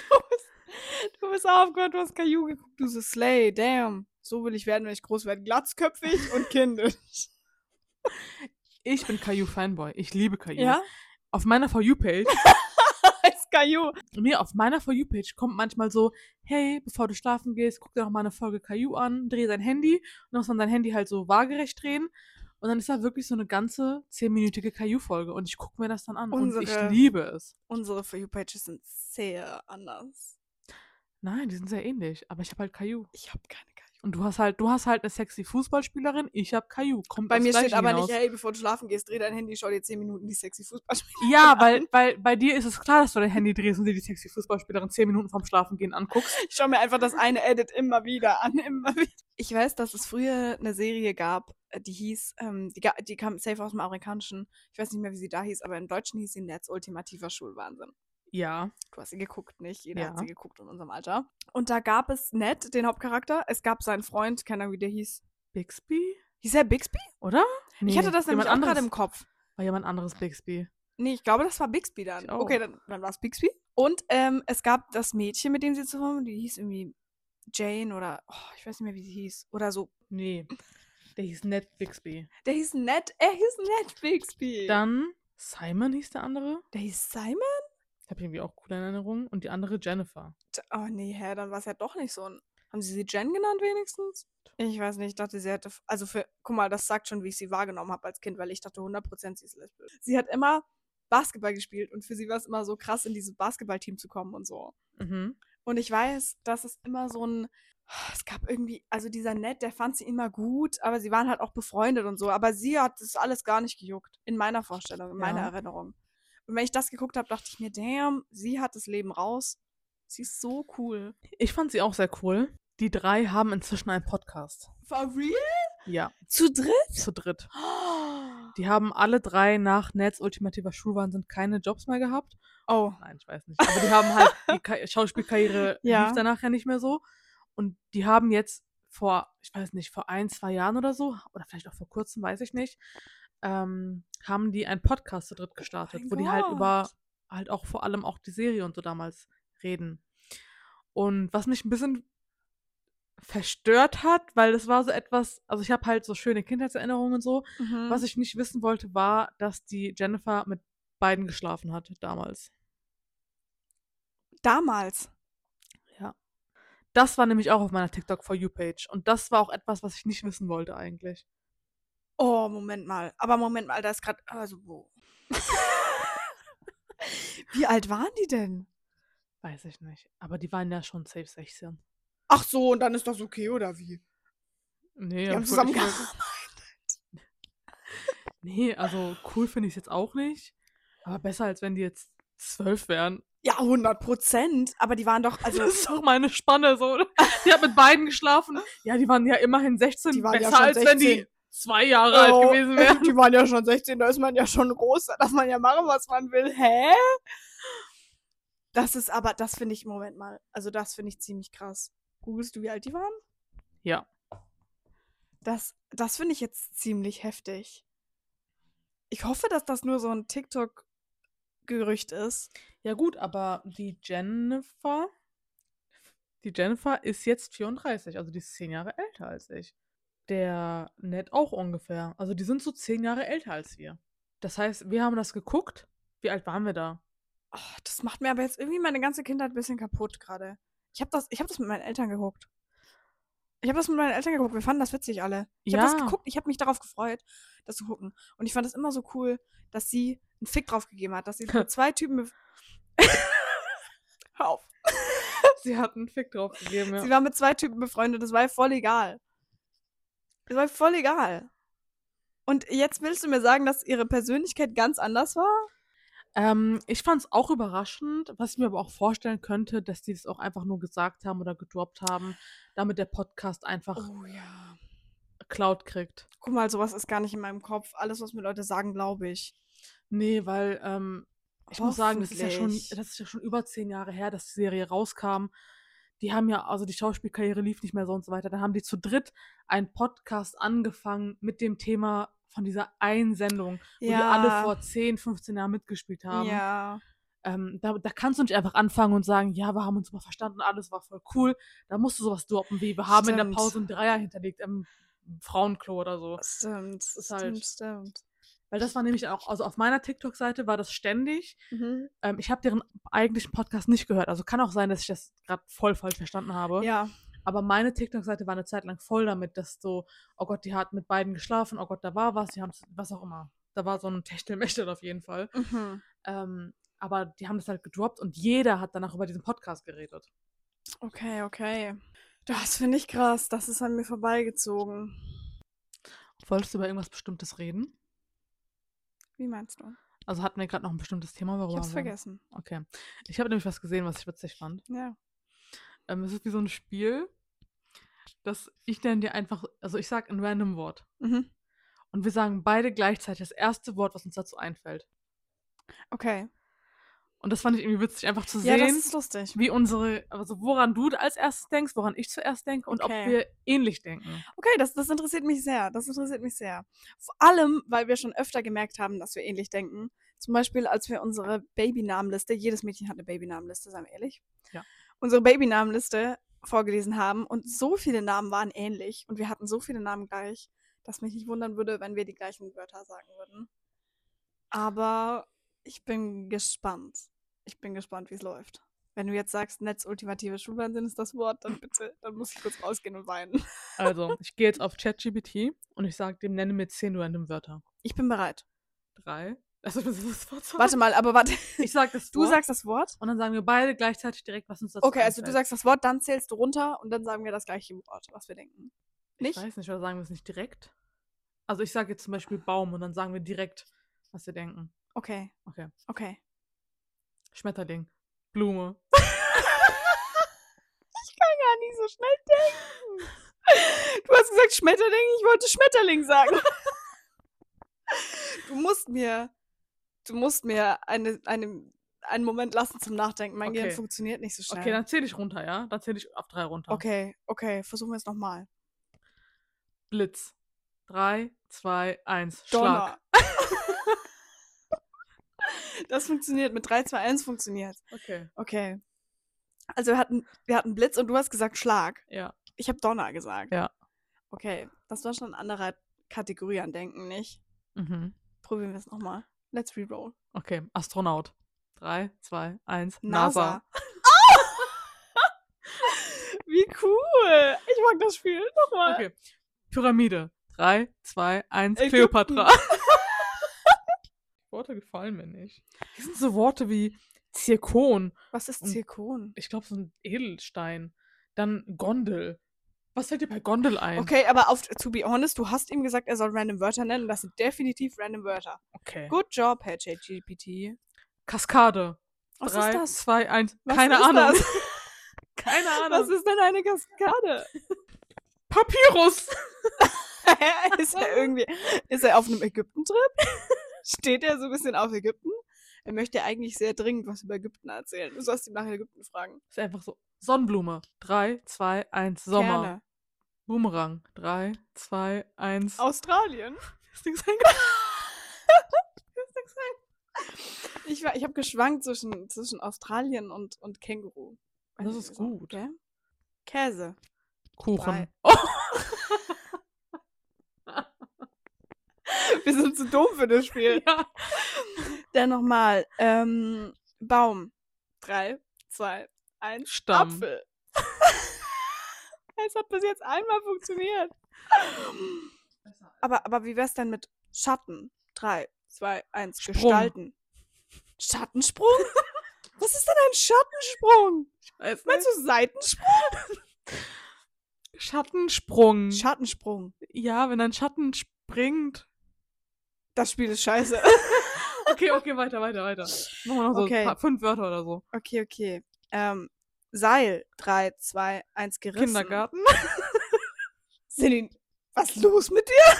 Speaker 1: Du bist, du bist aufgehört, du hast Caillou geguckt. Du so, Slay, damn. So will ich werden, wenn ich groß werde. Glatzköpfig und kindisch.
Speaker 2: Ich bin Caillou-Fanboy. Ich liebe Caillou.
Speaker 1: Ja?
Speaker 2: Auf meiner For You-Page
Speaker 1: Ist Caillou.
Speaker 2: Mir auf meiner For You-Page kommt manchmal so, hey, bevor du schlafen gehst, guck dir noch mal eine Folge Caillou an, dreh dein Handy. Und dann muss man sein Handy halt so waagerecht drehen. Und dann ist da wirklich so eine ganze zehnminütige Caillou-Folge. Und ich gucke mir das dann an. Und ich
Speaker 1: Unsere-
Speaker 2: liebe es.
Speaker 1: Unsere For You-Pages sind sehr anders.
Speaker 2: Nein, die sind sehr ähnlich. Aber ich habe halt Caillou.
Speaker 1: Ich habe keine Caillou.
Speaker 2: Und du hast halt, du hast halt eine sexy Fußballspielerin, ich habe Caillou. Kommt
Speaker 1: Bei
Speaker 2: aufs
Speaker 1: mir steht
Speaker 2: Gleiche
Speaker 1: aber
Speaker 2: hinaus.
Speaker 1: nicht, hey, bevor du schlafen gehst, dreh dein Handy, schau dir 10 Minuten die sexy Fußballspiele.
Speaker 2: Ja, weil, weil bei dir ist es klar, dass du dein Handy drehst und dir die sexy Fußballspielerin zehn Minuten vorm Schlafengehen anguckst.
Speaker 1: Ich schaue mir einfach das eine Edit immer wieder an, immer wieder. Ich weiß, dass es früher eine Serie gab, äh, die hieß, ähm, die, ga- die kam safe aus dem Amerikanischen. Ich weiß nicht mehr, wie sie da hieß, aber im Deutschen hieß sie Netz ultimativer Schulwahnsinn.
Speaker 2: Ja.
Speaker 1: Du hast sie geguckt, nicht? Jeder hat
Speaker 2: Ja.
Speaker 1: sie geguckt in unserem Alter. Und da gab es Ned, den Hauptcharakter. Es gab seinen Freund, keine Ahnung, wie der hieß.
Speaker 2: Bixby?
Speaker 1: Hieß er Bixby?
Speaker 2: Oder?
Speaker 1: ich hatte das nämlich auch
Speaker 2: anderes.
Speaker 1: gerade im Kopf.
Speaker 2: War jemand anderes Bixby.
Speaker 1: Nee, ich glaube, das war Bixby dann.
Speaker 2: Ich auch.
Speaker 1: Okay, dann, dann war es Bixby. Und ähm, es gab das Mädchen, mit dem sie zusammen war, die hieß irgendwie Jane oder oh, ich weiß nicht mehr, wie sie hieß. Oder so.
Speaker 2: Nee. Der hieß Ned Bixby.
Speaker 1: Der hieß Ned, er hieß Ned Bixby.
Speaker 2: Dann Simon hieß der andere.
Speaker 1: der hieß Simon?
Speaker 2: Hab ich irgendwie auch coole Erinnerungen. Und die andere Jennifer.
Speaker 1: Oh nee, hä, dann war es ja doch nicht so ein. Haben sie sie Jen genannt wenigstens? Ich weiß nicht, ich dachte, sie hätte. Also, für, guck mal, das sagt schon, wie ich sie wahrgenommen habe als Kind, weil ich dachte 100% sie ist lesbisch. Sie hat immer Basketball gespielt und für sie war es immer so krass, in dieses Basketballteam zu kommen und so.
Speaker 2: Mhm.
Speaker 1: Und ich weiß, dass es immer so ein. Es gab irgendwie, also dieser Ned, der fand sie immer gut, aber sie waren halt auch befreundet und so. Aber sie hat das alles gar nicht gejuckt. In meiner Vorstellung, in meiner
Speaker 2: Ja.
Speaker 1: Erinnerung. Und wenn ich das geguckt habe, dachte ich mir, damn, sie hat das Leben raus. Sie ist so cool.
Speaker 2: Ich fand sie auch sehr cool. Die drei haben inzwischen einen Podcast.
Speaker 1: For real?
Speaker 2: Ja,
Speaker 1: Zu dritt?
Speaker 2: zu dritt. Die haben alle drei nach Nets ultimativer Schulwahnsinn keine Jobs mehr gehabt.
Speaker 1: Oh.
Speaker 2: Nein, ich weiß nicht. Aber die haben halt, die Ka- Schauspielkarriere
Speaker 1: Ja.
Speaker 2: lief danach ja nicht mehr so. Und die haben jetzt vor, ich weiß nicht, vor ein, zwei Jahren oder so, oder vielleicht auch vor kurzem, weiß ich nicht, ähm, haben die einen Podcast zu dritt
Speaker 1: Oh
Speaker 2: gestartet,
Speaker 1: mein
Speaker 2: wo die halt
Speaker 1: Gott.
Speaker 2: über, halt auch vor allem auch die Serie und so damals reden. Und was mich ein bisschen verstört hat, weil das war so etwas, also ich habe halt so schöne Kindheitserinnerungen und so.
Speaker 1: Mhm.
Speaker 2: Was ich nicht wissen wollte, war, dass die Jennifer mit beiden geschlafen hat damals.
Speaker 1: damals?
Speaker 2: Das war nämlich auch auf meiner TikTok for You Page und das war auch etwas, was ich nicht wissen wollte eigentlich.
Speaker 1: Oh, Moment mal. Aber Moment mal, da ist gerade. Also, wo? Wie alt waren die denn?
Speaker 2: Weiß ich nicht, aber die waren ja schon safe 16.
Speaker 1: Ach so, und dann ist das okay, oder wie?
Speaker 2: Nee,
Speaker 1: Die haben
Speaker 2: obwohl
Speaker 1: zusammen
Speaker 2: ich wollte- Nee, also cool finde ich es jetzt auch nicht, aber besser als wenn die jetzt 12 wären.
Speaker 1: Ja, 100 Prozent. Aber die waren doch, also
Speaker 2: Das ist doch meine Spanne so. Oder? Die hat mit beiden geschlafen. Ja, die waren ja immerhin 16,
Speaker 1: Die waren ja
Speaker 2: besser
Speaker 1: schon
Speaker 2: als wenn die
Speaker 1: 16.
Speaker 2: zwei Jahre alt
Speaker 1: oh,
Speaker 2: gewesen wären.
Speaker 1: die waren ja schon 16, da ist man ja schon groß, da darf man ja machen, was man will. Hä? Das ist aber, das finde ich, Moment mal, also das finde ich ziemlich krass. Googlest du, wie alt die waren?
Speaker 2: Ja.
Speaker 1: Das, das finde ich jetzt ziemlich heftig. Ich hoffe, dass das nur so ein TikTok-Gerücht ist.
Speaker 2: Ja gut, aber die Jennifer, die Jennifer ist jetzt 34, also die ist 10 Jahre älter als ich. Der Ned auch ungefähr. Also die sind so 10 Jahre älter als wir. Das heißt, wir haben das geguckt. Wie alt waren wir da?
Speaker 1: Oh, das macht mir aber jetzt irgendwie meine ganze Kindheit ein bisschen kaputt gerade. Ich habe das, ich hab das mit meinen Eltern geguckt. Ich habe das mit meinen Eltern geguckt. Wir fanden das witzig alle. Ich habe das
Speaker 2: Ja.
Speaker 1: geguckt. Ich habe mich darauf gefreut, das zu gucken. Und ich fand das immer so cool, dass sie einen Fick drauf gegeben hat, dass sie nur zwei Typen. bef- Hör auf.
Speaker 2: Sie hat einen Fick drauf gegeben,
Speaker 1: Sie
Speaker 2: ja.
Speaker 1: war mit zwei Typen befreundet. Das war ihr voll egal. Das war ihr voll egal. Und jetzt willst du mir sagen, dass ihre Persönlichkeit ganz anders war?
Speaker 2: Ähm, ich fand es auch überraschend, was ich mir aber auch vorstellen könnte, dass die es auch einfach nur gesagt haben oder gedroppt haben, damit der Podcast einfach
Speaker 1: Oh ja. Oh.
Speaker 2: Cloud kriegt.
Speaker 1: Guck mal, sowas ist gar nicht in meinem Kopf. Alles, was mir Leute sagen, glaube ich.
Speaker 2: Nee, weil ähm, Ich muss sagen, das ist, ja schon,
Speaker 1: Hoffentlich.
Speaker 2: das ist ja schon über zehn Jahre her, dass die Serie rauskam. Die haben ja, also die Schauspielkarriere lief nicht mehr so und so weiter. Dann haben die zu dritt einen Podcast angefangen mit dem Thema von dieser einen Sendung, wo die alle vor 10, 15 Jahren mitgespielt haben.
Speaker 1: Ja.
Speaker 2: Ähm, da, da kannst du nicht einfach anfangen und sagen, ja, wir haben uns mal verstanden, alles war voll cool. Da musst du sowas droppen wie, wir haben in der
Speaker 1: Stimmt.
Speaker 2: Pause einen Dreier hinterlegt im Frauenklo oder so.
Speaker 1: Stimmt.
Speaker 2: ist halt-
Speaker 1: Stimmt, stimmt.
Speaker 2: Weil das war nämlich auch, also auf meiner TikTok-Seite war das ständig.
Speaker 1: Mhm.
Speaker 2: Ähm, ich habe deren eigentlichen Podcast nicht gehört. Also kann auch sein, dass ich das gerade voll falsch verstanden habe.
Speaker 1: Ja.
Speaker 2: Aber meine TikTok-Seite war eine Zeit lang voll damit, dass so, oh Gott, die hat mit beiden geschlafen, oh Gott, da war was, die haben was auch immer. Da war so ein Techtelmechtel auf jeden Fall.
Speaker 1: Mhm.
Speaker 2: Ähm, aber die haben das halt gedroppt und jeder hat danach über diesen Podcast geredet.
Speaker 1: Okay, okay. Das finde ich krass. Das ist an mir vorbeigezogen.
Speaker 2: Wolltest du über irgendwas Bestimmtes reden?
Speaker 1: Wie meinst du?
Speaker 2: Also hatten wir gerade noch ein bestimmtes Thema, worüber
Speaker 1: Ich hab's
Speaker 2: wir-
Speaker 1: vergessen.
Speaker 2: Okay. Ich habe nämlich was gesehen, was ich witzig fand.
Speaker 1: Ja.
Speaker 2: Ähm, es ist wie so ein Spiel, das ich nenne dir einfach, also ich sage ein random Wort.
Speaker 1: Mhm.
Speaker 2: Und wir sagen beide gleichzeitig das erste Wort, was uns dazu einfällt.
Speaker 1: Okay.
Speaker 2: Und das fand ich irgendwie witzig, einfach zu
Speaker 1: Ja, das
Speaker 2: sehen,
Speaker 1: ist lustig.
Speaker 2: wie unsere, also woran du als erstes denkst, woran ich zuerst denke und
Speaker 1: Okay.
Speaker 2: ob wir ähnlich denken.
Speaker 1: Okay, das, das interessiert mich sehr. Das interessiert mich sehr. Vor allem, weil wir schon öfter gemerkt haben, dass wir ähnlich denken. Zum Beispiel, als wir unsere Babynamenliste, jedes Mädchen hat eine Babynamenliste, seien wir ehrlich.
Speaker 2: Ja.
Speaker 1: Unsere Babynamenliste vorgelesen haben und so viele Namen waren ähnlich und wir hatten so viele Namen gleich, dass mich nicht wundern würde, wenn wir die gleichen Wörter sagen würden. Aber ich bin gespannt. Ich bin gespannt, wie es läuft. Wenn du jetzt sagst, Netz ultimative Schulwahnsinn ist das Wort, dann bitte, dann muss ich kurz rausgehen und weinen.
Speaker 2: Also, ich gehe jetzt auf ChatGPT und ich sage dem, nenne mir zehn random Wörter.
Speaker 1: Ich bin bereit.
Speaker 2: Drei. Also, das ist das Wort sagen.
Speaker 1: Warte mal, aber warte.
Speaker 2: Ich sage das
Speaker 1: Du
Speaker 2: Wort
Speaker 1: sagst das Wort?
Speaker 2: und dann sagen wir beide gleichzeitig direkt, was uns dazu
Speaker 1: Okay, also
Speaker 2: einfällt.
Speaker 1: du sagst das Wort, dann zählst du runter und dann sagen wir das gleiche Wort, was wir denken. Nicht?
Speaker 2: Ich weiß nicht, oder sagen wir es nicht direkt? Also ich sage jetzt zum Beispiel Baum und dann sagen wir direkt, was wir denken.
Speaker 1: Okay.
Speaker 2: Okay.
Speaker 1: Okay.
Speaker 2: Schmetterling, Blume.
Speaker 1: Gar nicht so schnell denken. Du hast gesagt Schmetterling, ich wollte Schmetterling sagen. Du musst mir, du musst mir eine, eine, einen Moment lassen zum Nachdenken. Mein Gehirn
Speaker 2: Okay.
Speaker 1: funktioniert nicht so
Speaker 2: Okay,
Speaker 1: schnell.
Speaker 2: dann zähle ich runter, ja? Dann zähle ich auf drei runter.
Speaker 1: Okay, okay, versuchen wir es nochmal.
Speaker 2: Blitz. Drei, zwei, eins.
Speaker 1: Donner.
Speaker 2: Schlag.
Speaker 1: Das funktioniert. Mit 3, 2, 1 funktioniert.
Speaker 2: Okay.
Speaker 1: Okay. Also wir hatten, wir hatten Blitz und du hast gesagt Schlag.
Speaker 2: Ja.
Speaker 1: Ich habe Donner gesagt.
Speaker 2: Ja.
Speaker 1: Okay, das war schon eine andere Kategorie an Denken, nicht?
Speaker 2: Mhm.
Speaker 1: Probieren wir es nochmal. Let's reroll.
Speaker 2: Okay. Astronaut. Drei, zwei, eins.
Speaker 1: NASA.
Speaker 2: NASA.
Speaker 1: Wie cool. Ich mag das Spiel. Nochmal.
Speaker 2: Okay. Pyramide. Drei, zwei, eins.
Speaker 1: Ägypten.
Speaker 2: Cleopatra. Worte gefallen mir nicht. Das sind so Worte wie Zirkon.
Speaker 1: Was ist
Speaker 2: Und-
Speaker 1: Zirkon?
Speaker 2: ich glaube, so ein Edelstein. Dann Gondel. Was fällt dir bei Gondel ein?
Speaker 1: Okay, aber auf, to be honest, du hast ihm gesagt, er soll random Wörter nennen. Das sind definitiv random Wörter.
Speaker 2: okay.
Speaker 1: Good job, Herr ChatGPT.
Speaker 2: Kaskade.
Speaker 1: Was
Speaker 2: Drei,
Speaker 1: ist das?
Speaker 2: Zwei, eins.
Speaker 1: Was
Speaker 2: Keine
Speaker 1: ist
Speaker 2: Ahnung.
Speaker 1: das?
Speaker 2: Keine Ahnung.
Speaker 1: Was ist denn eine Kaskade?
Speaker 2: Papyrus.
Speaker 1: ist er irgendwie, ist er auf einem Ägypten-Trip? Steht er so ein bisschen auf Ägypten? Er möchte eigentlich sehr dringend was über Ägypten erzählen. Du sollst ihm nach Ägypten fragen.
Speaker 2: Ist einfach so. Sonnenblume. Drei, zwei, eins. Sommer.
Speaker 1: Gerne.
Speaker 2: Boomerang. Drei, zwei, eins.
Speaker 1: Australien.
Speaker 2: Ist nichts eingefallen.
Speaker 1: Ich, war- ich habe geschwankt zwischen, zwischen Australien und, und Känguru.
Speaker 2: Das
Speaker 1: Ehrlich
Speaker 2: ist
Speaker 1: gesagt,
Speaker 2: gut.
Speaker 1: gell? Käse.
Speaker 2: Kuchen.
Speaker 1: Drei.
Speaker 2: Oh,
Speaker 1: Wir sind zu dumm für das Spiel.
Speaker 2: ja.
Speaker 1: Dann nochmal. Ähm, Baum. Drei, zwei, eins.
Speaker 2: Stamm.
Speaker 1: Apfel. es hat bis jetzt einmal funktioniert. Aber, aber wie wär's denn mit Schatten? Drei, zwei, eins.
Speaker 2: Sprung.
Speaker 1: Gestalten. Schattensprung? Was ist denn ein Schattensprung?
Speaker 2: Weiß
Speaker 1: Meinst du Seitensprung?
Speaker 2: nicht. Schattensprung.
Speaker 1: Schattensprung.
Speaker 2: ja, wenn ein Schatten springt.
Speaker 1: Das Spiel ist scheiße.
Speaker 2: Okay, okay, weiter, weiter, weiter. Machen wir noch so
Speaker 1: Okay.
Speaker 2: ein paar, fünf Wörter oder so.
Speaker 1: Okay, okay. Ähm, Seil. Drei, zwei, eins. Gerissen.
Speaker 2: Kindergarten.
Speaker 1: Celine, was ist los mit dir?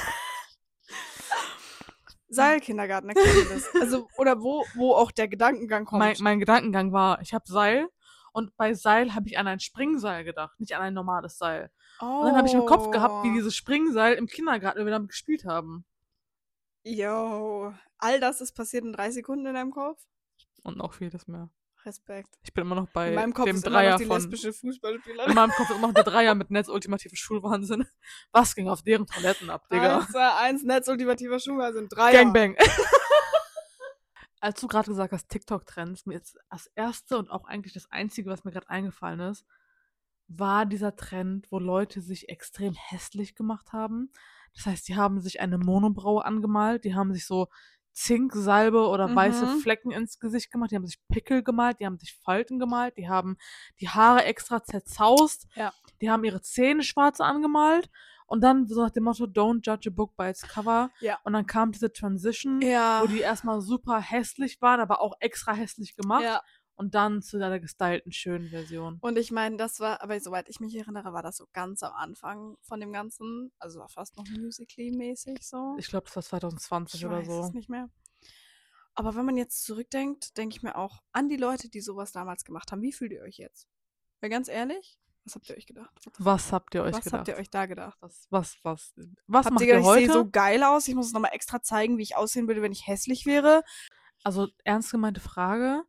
Speaker 1: Seilkindergarten erklärt das. Also, oder wo, wo auch der Gedankengang kommt.
Speaker 2: Mein, mein Gedankengang war, ich habe Seil und bei Seil habe ich an ein Springseil gedacht, nicht an ein normales Seil. Und dann habe ich im Kopf gehabt, wie
Speaker 1: Oh.
Speaker 2: dieses Springseil im Kindergarten, wenn wir damit gespielt haben.
Speaker 1: Yo, all das ist passiert in drei Sekunden in deinem Kopf?
Speaker 2: Und noch vieles mehr.
Speaker 1: Respekt.
Speaker 2: Ich bin immer noch bei
Speaker 1: In meinem Kopf
Speaker 2: dem
Speaker 1: ist immer
Speaker 2: Dreier
Speaker 1: noch die
Speaker 2: von.
Speaker 1: lesbische
Speaker 2: In
Speaker 1: Fußballspielerin.
Speaker 2: meinem Kopf ist immer noch der Dreier mit Netz ultimativen Schulwahnsinn. Was ging auf deren Toiletten ab, Digga?
Speaker 1: Eins, zwei, eins, Netz, ultimativer Schuhe sind drei.
Speaker 2: Gangbang. Ah, Als du gerade gesagt hast, TikTok-Trends, mir ist das erste und auch eigentlich das einzige, was mir gerade eingefallen ist, war dieser Trend, wo Leute sich extrem hässlich gemacht haben. Das heißt, die haben sich eine Monobraue angemalt, die haben sich so Zinksalbe oder weiße
Speaker 1: Mhm.
Speaker 2: Flecken ins Gesicht gemacht, die haben sich Pickel gemalt, die haben sich Falten gemalt, die haben die Haare extra zerzaust,
Speaker 1: Ja.
Speaker 2: die haben ihre Zähne schwarz angemalt und dann so nach dem Motto Don't judge a book by its cover.
Speaker 1: Ja.
Speaker 2: Und dann kam diese Transition,
Speaker 1: Ja.
Speaker 2: wo die erstmal super hässlich waren, aber auch extra hässlich gemacht
Speaker 1: ja.
Speaker 2: und dann zu deiner gestylten schönen Version.
Speaker 1: Und ich meine, das war, aber soweit ich mich erinnere, war das so ganz am Anfang von dem Ganzen. Also war fast noch Musically-mäßig so.
Speaker 2: Ich glaube, das war 2020
Speaker 1: Ich
Speaker 2: oder
Speaker 1: weiß
Speaker 2: so.
Speaker 1: es nicht mehr. Aber wenn man jetzt zurückdenkt, denke ich mir auch an die Leute, die sowas damals gemacht haben. Wie fühlt ihr euch jetzt? Weil ganz ehrlich, was habt ihr euch gedacht?
Speaker 2: Was habt ihr euch
Speaker 1: was
Speaker 2: gedacht?
Speaker 1: habt ihr euch da gedacht?
Speaker 2: was, was, was, was
Speaker 1: habt
Speaker 2: macht
Speaker 1: ihr
Speaker 2: ihr
Speaker 1: gedacht, ich
Speaker 2: heute?
Speaker 1: sehe so geil aus? Ich muss es nochmal extra zeigen, wie ich aussehen würde, wenn ich hässlich wäre.
Speaker 2: also ernst gemeinte Frage.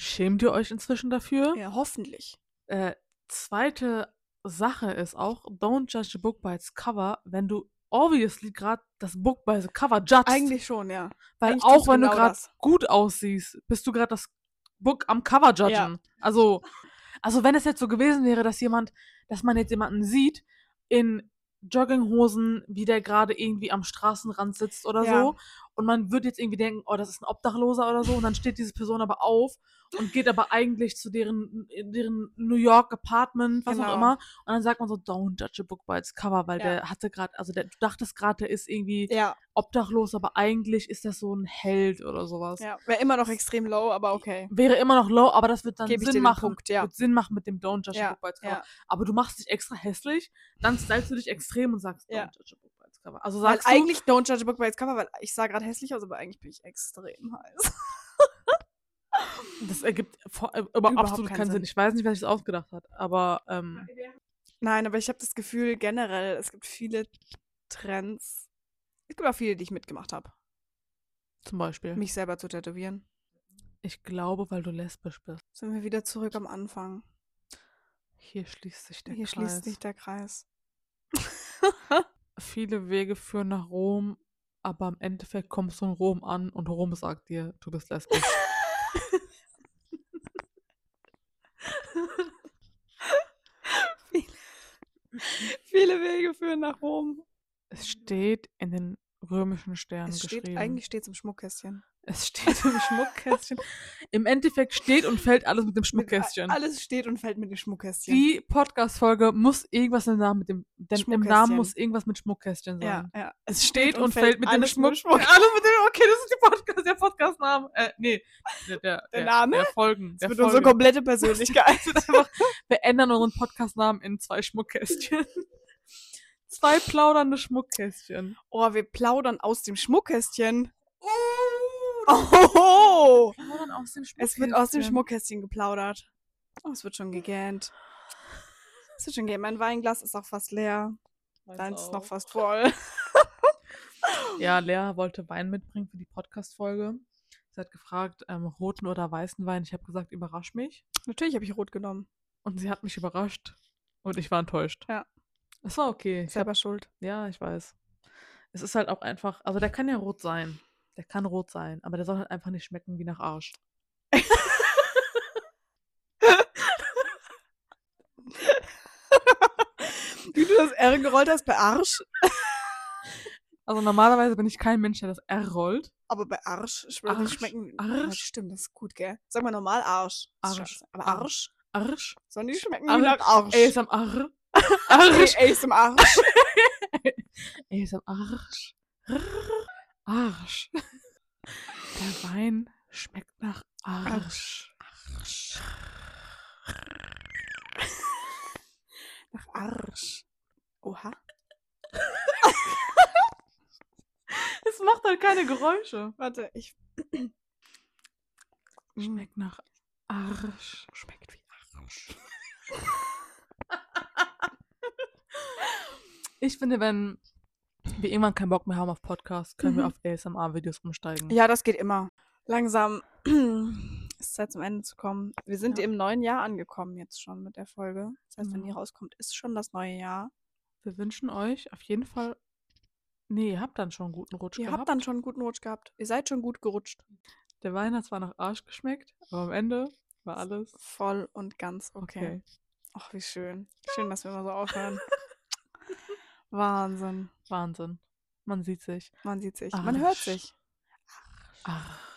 Speaker 2: Schämt ihr euch inzwischen dafür?
Speaker 1: Ja, hoffentlich.
Speaker 2: Äh, zweite Sache ist auch, don't judge a book by its cover, wenn du obviously gerade das Book by the cover judgst.
Speaker 1: Eigentlich schon, ja.
Speaker 2: Weil
Speaker 1: eigentlich
Speaker 2: auch
Speaker 1: tust du
Speaker 2: wenn du
Speaker 1: genau
Speaker 2: gerade
Speaker 1: das.
Speaker 2: gut aussiehst, bist du gerade das Book am Cover judgen. Also, also wenn es jetzt so gewesen wäre, dass jemand, dass man jetzt jemanden sieht in Jogginghosen, wie der gerade irgendwie am Straßenrand sitzt oder
Speaker 1: Ja.
Speaker 2: so, und man würde jetzt irgendwie denken, oh, das ist ein Obdachloser oder so, und dann steht diese Person aber auf und geht aber eigentlich zu deren, deren New York Apartment, was auch
Speaker 1: Genau.
Speaker 2: immer, und dann sagt man so, don't judge a book by its cover, weil
Speaker 1: Ja.
Speaker 2: der hatte gerade, also der, du dachtest gerade, der ist irgendwie
Speaker 1: Ja,
Speaker 2: obdachlos, aber eigentlich ist das so ein Held oder sowas.
Speaker 1: ja. Wäre immer noch extrem low, aber okay.
Speaker 2: Wäre immer noch low, aber das wird dann
Speaker 1: Gebe ich dir
Speaker 2: Sinn
Speaker 1: den
Speaker 2: machen.
Speaker 1: Punkt, ja.
Speaker 2: Wird Sinn machen mit dem Don't Judge a
Speaker 1: Ja,
Speaker 2: Book by its Cover.
Speaker 1: Ja.
Speaker 2: Aber du machst dich extra hässlich, dann stylst du dich extrem und sagst Don't
Speaker 1: Ja.
Speaker 2: Judge a Book by its Cover. Also
Speaker 1: Weil
Speaker 2: sagst du,
Speaker 1: eigentlich don't judge a book by its cover, weil ich sah gerade hässlich aus, aber eigentlich bin ich extrem heiß.
Speaker 2: das ergibt vor, äh, über
Speaker 1: Überhaupt
Speaker 2: absolut
Speaker 1: keinen
Speaker 2: keinen Sinn.
Speaker 1: Sinn.
Speaker 2: Ich weiß nicht, wer sich das ausgedacht hat, aber ähm,
Speaker 1: Nein, aber ich habe das Gefühl generell, es gibt viele Trends. Es gibt auch viele, die ich mitgemacht habe.
Speaker 2: zum Beispiel.
Speaker 1: Mich selber zu tätowieren.
Speaker 2: Ich glaube, weil du lesbisch bist.
Speaker 1: Sind wir wieder zurück am Anfang.
Speaker 2: Hier schließt sich der
Speaker 1: Hier
Speaker 2: Kreis.
Speaker 1: schließt sich der Kreis.
Speaker 2: Viele Wege führen nach Rom, aber im Endeffekt kommst du in Rom an und Rom sagt dir, du bist lesbisch. Mhm.
Speaker 1: Viele Wege führen nach Rom.
Speaker 2: Es steht in den römischen Sternen
Speaker 1: Es
Speaker 2: geschrieben.
Speaker 1: steht, eigentlich steht es im Schmuckkästchen.
Speaker 2: es steht im Schmuckkästchen. Im Endeffekt steht und fällt alles mit dem
Speaker 1: Mit-
Speaker 2: Schmuckkästchen.
Speaker 1: Alles steht und fällt mit dem Schmuckkästchen.
Speaker 2: Die Podcast-Folge muss irgendwas im Namen mit dem. Denn im Namen
Speaker 1: Schmuckkästchen.
Speaker 2: muss irgendwas mit Schmuckkästchen sein.
Speaker 1: Ja, ja.
Speaker 2: Es steht und, fällt, mit dem
Speaker 1: alles
Speaker 2: Schmuck. Alles mit dem. Okay, das ist die Podcast, der Podcast-Name. Äh, nee. Der, der,
Speaker 1: Der Name?
Speaker 2: Der Folgen.
Speaker 1: Das
Speaker 2: Der
Speaker 1: wird unsere
Speaker 2: Folge.
Speaker 1: komplette Persönlichkeit.
Speaker 2: Wir ändern unseren Podcast-Namen in zwei Schmuckkästchen. zwei plaudernde Schmuckkästchen.
Speaker 1: oh, wir plaudern aus dem Schmuckkästchen.
Speaker 2: Oh,
Speaker 1: Oh!
Speaker 2: plaudern aus dem Schmuckkästchen.
Speaker 1: Es wird aus dem Schmuckkästchen geplaudert. Oh, es wird schon gegähnt. Es wird schon gegähnt. Mein Weinglas ist auch fast leer. Deins ist noch fast voll.
Speaker 2: Ja, Lea wollte Wein mitbringen für die Podcast-Folge. Sie hat gefragt, ähm, roten oder weißen Wein. Ich habe gesagt, überrasch mich.
Speaker 1: Natürlich habe ich rot genommen.
Speaker 2: Und sie hat mich überrascht. Und ich war enttäuscht.
Speaker 1: Ja.
Speaker 2: Es war okay. Ich hab,
Speaker 1: Selber schuld.
Speaker 2: ja, ich weiß. Es ist halt auch einfach, also der kann ja rot sein. Der kann rot sein, aber der soll halt einfach nicht schmecken wie nach Arsch.
Speaker 1: Wie du das R gerollt hast bei Arsch.
Speaker 2: Also normalerweise bin ich kein Mensch, der das R rollt.
Speaker 1: Aber bei Arsch, ich würde nicht
Speaker 2: Arsch,
Speaker 1: schmecken.
Speaker 2: Arsch.
Speaker 1: Ja, stimmt, das ist gut, gell? Sag mal normal Arsch. Das ist
Speaker 2: Arsch,
Speaker 1: scheiße. Aber
Speaker 2: Arsch.
Speaker 1: Arsch?
Speaker 2: Arsch.
Speaker 1: Sollen die schmecken
Speaker 2: Arsch.
Speaker 1: wie nach Arsch?
Speaker 2: Ey, ist am Arsch. Arsch.
Speaker 1: Ey, ist im Arsch.
Speaker 2: Ey, ist am Arsch. Rrrr. Arsch. Der Wein schmeckt nach Arsch. Arsch.
Speaker 1: Nach Arsch. Oha.
Speaker 2: Es macht halt keine Geräusche.
Speaker 1: Warte, ich.
Speaker 2: Mm. Schmeckt nach Arsch.
Speaker 1: Schmeckt wie Arsch.
Speaker 2: Ich finde, wenn wir irgendwann keinen Bock mehr haben auf Podcasts, können wir
Speaker 1: Mhm.
Speaker 2: auf ASMR-Videos umsteigen.
Speaker 1: Ja, das geht immer. Langsam Es ist Zeit zum Ende zu kommen. Wir sind
Speaker 2: Ja.
Speaker 1: im neuen Jahr angekommen jetzt schon mit der Folge. Das heißt, wenn die
Speaker 2: Genau.
Speaker 1: rauskommt, ist schon das neue Jahr.
Speaker 2: Wir wünschen euch auf jeden Fall. Nee, ihr habt dann schon einen guten Rutsch
Speaker 1: Ihr
Speaker 2: gehabt.
Speaker 1: habt dann schon einen guten Rutsch gehabt. Ihr seid schon gut gerutscht.
Speaker 2: Der Weihnachts war nach Arsch geschmeckt, aber am Ende war alles
Speaker 1: Voll und ganz okay.
Speaker 2: okay.
Speaker 1: Ach, wie schön. Schön, dass wir immer so aufhören. Wahnsinn.
Speaker 2: Wahnsinn. Man sieht sich. Ah,
Speaker 1: Man sieht sich. Man hört
Speaker 2: Arsch.
Speaker 1: sich.
Speaker 2: Arsch.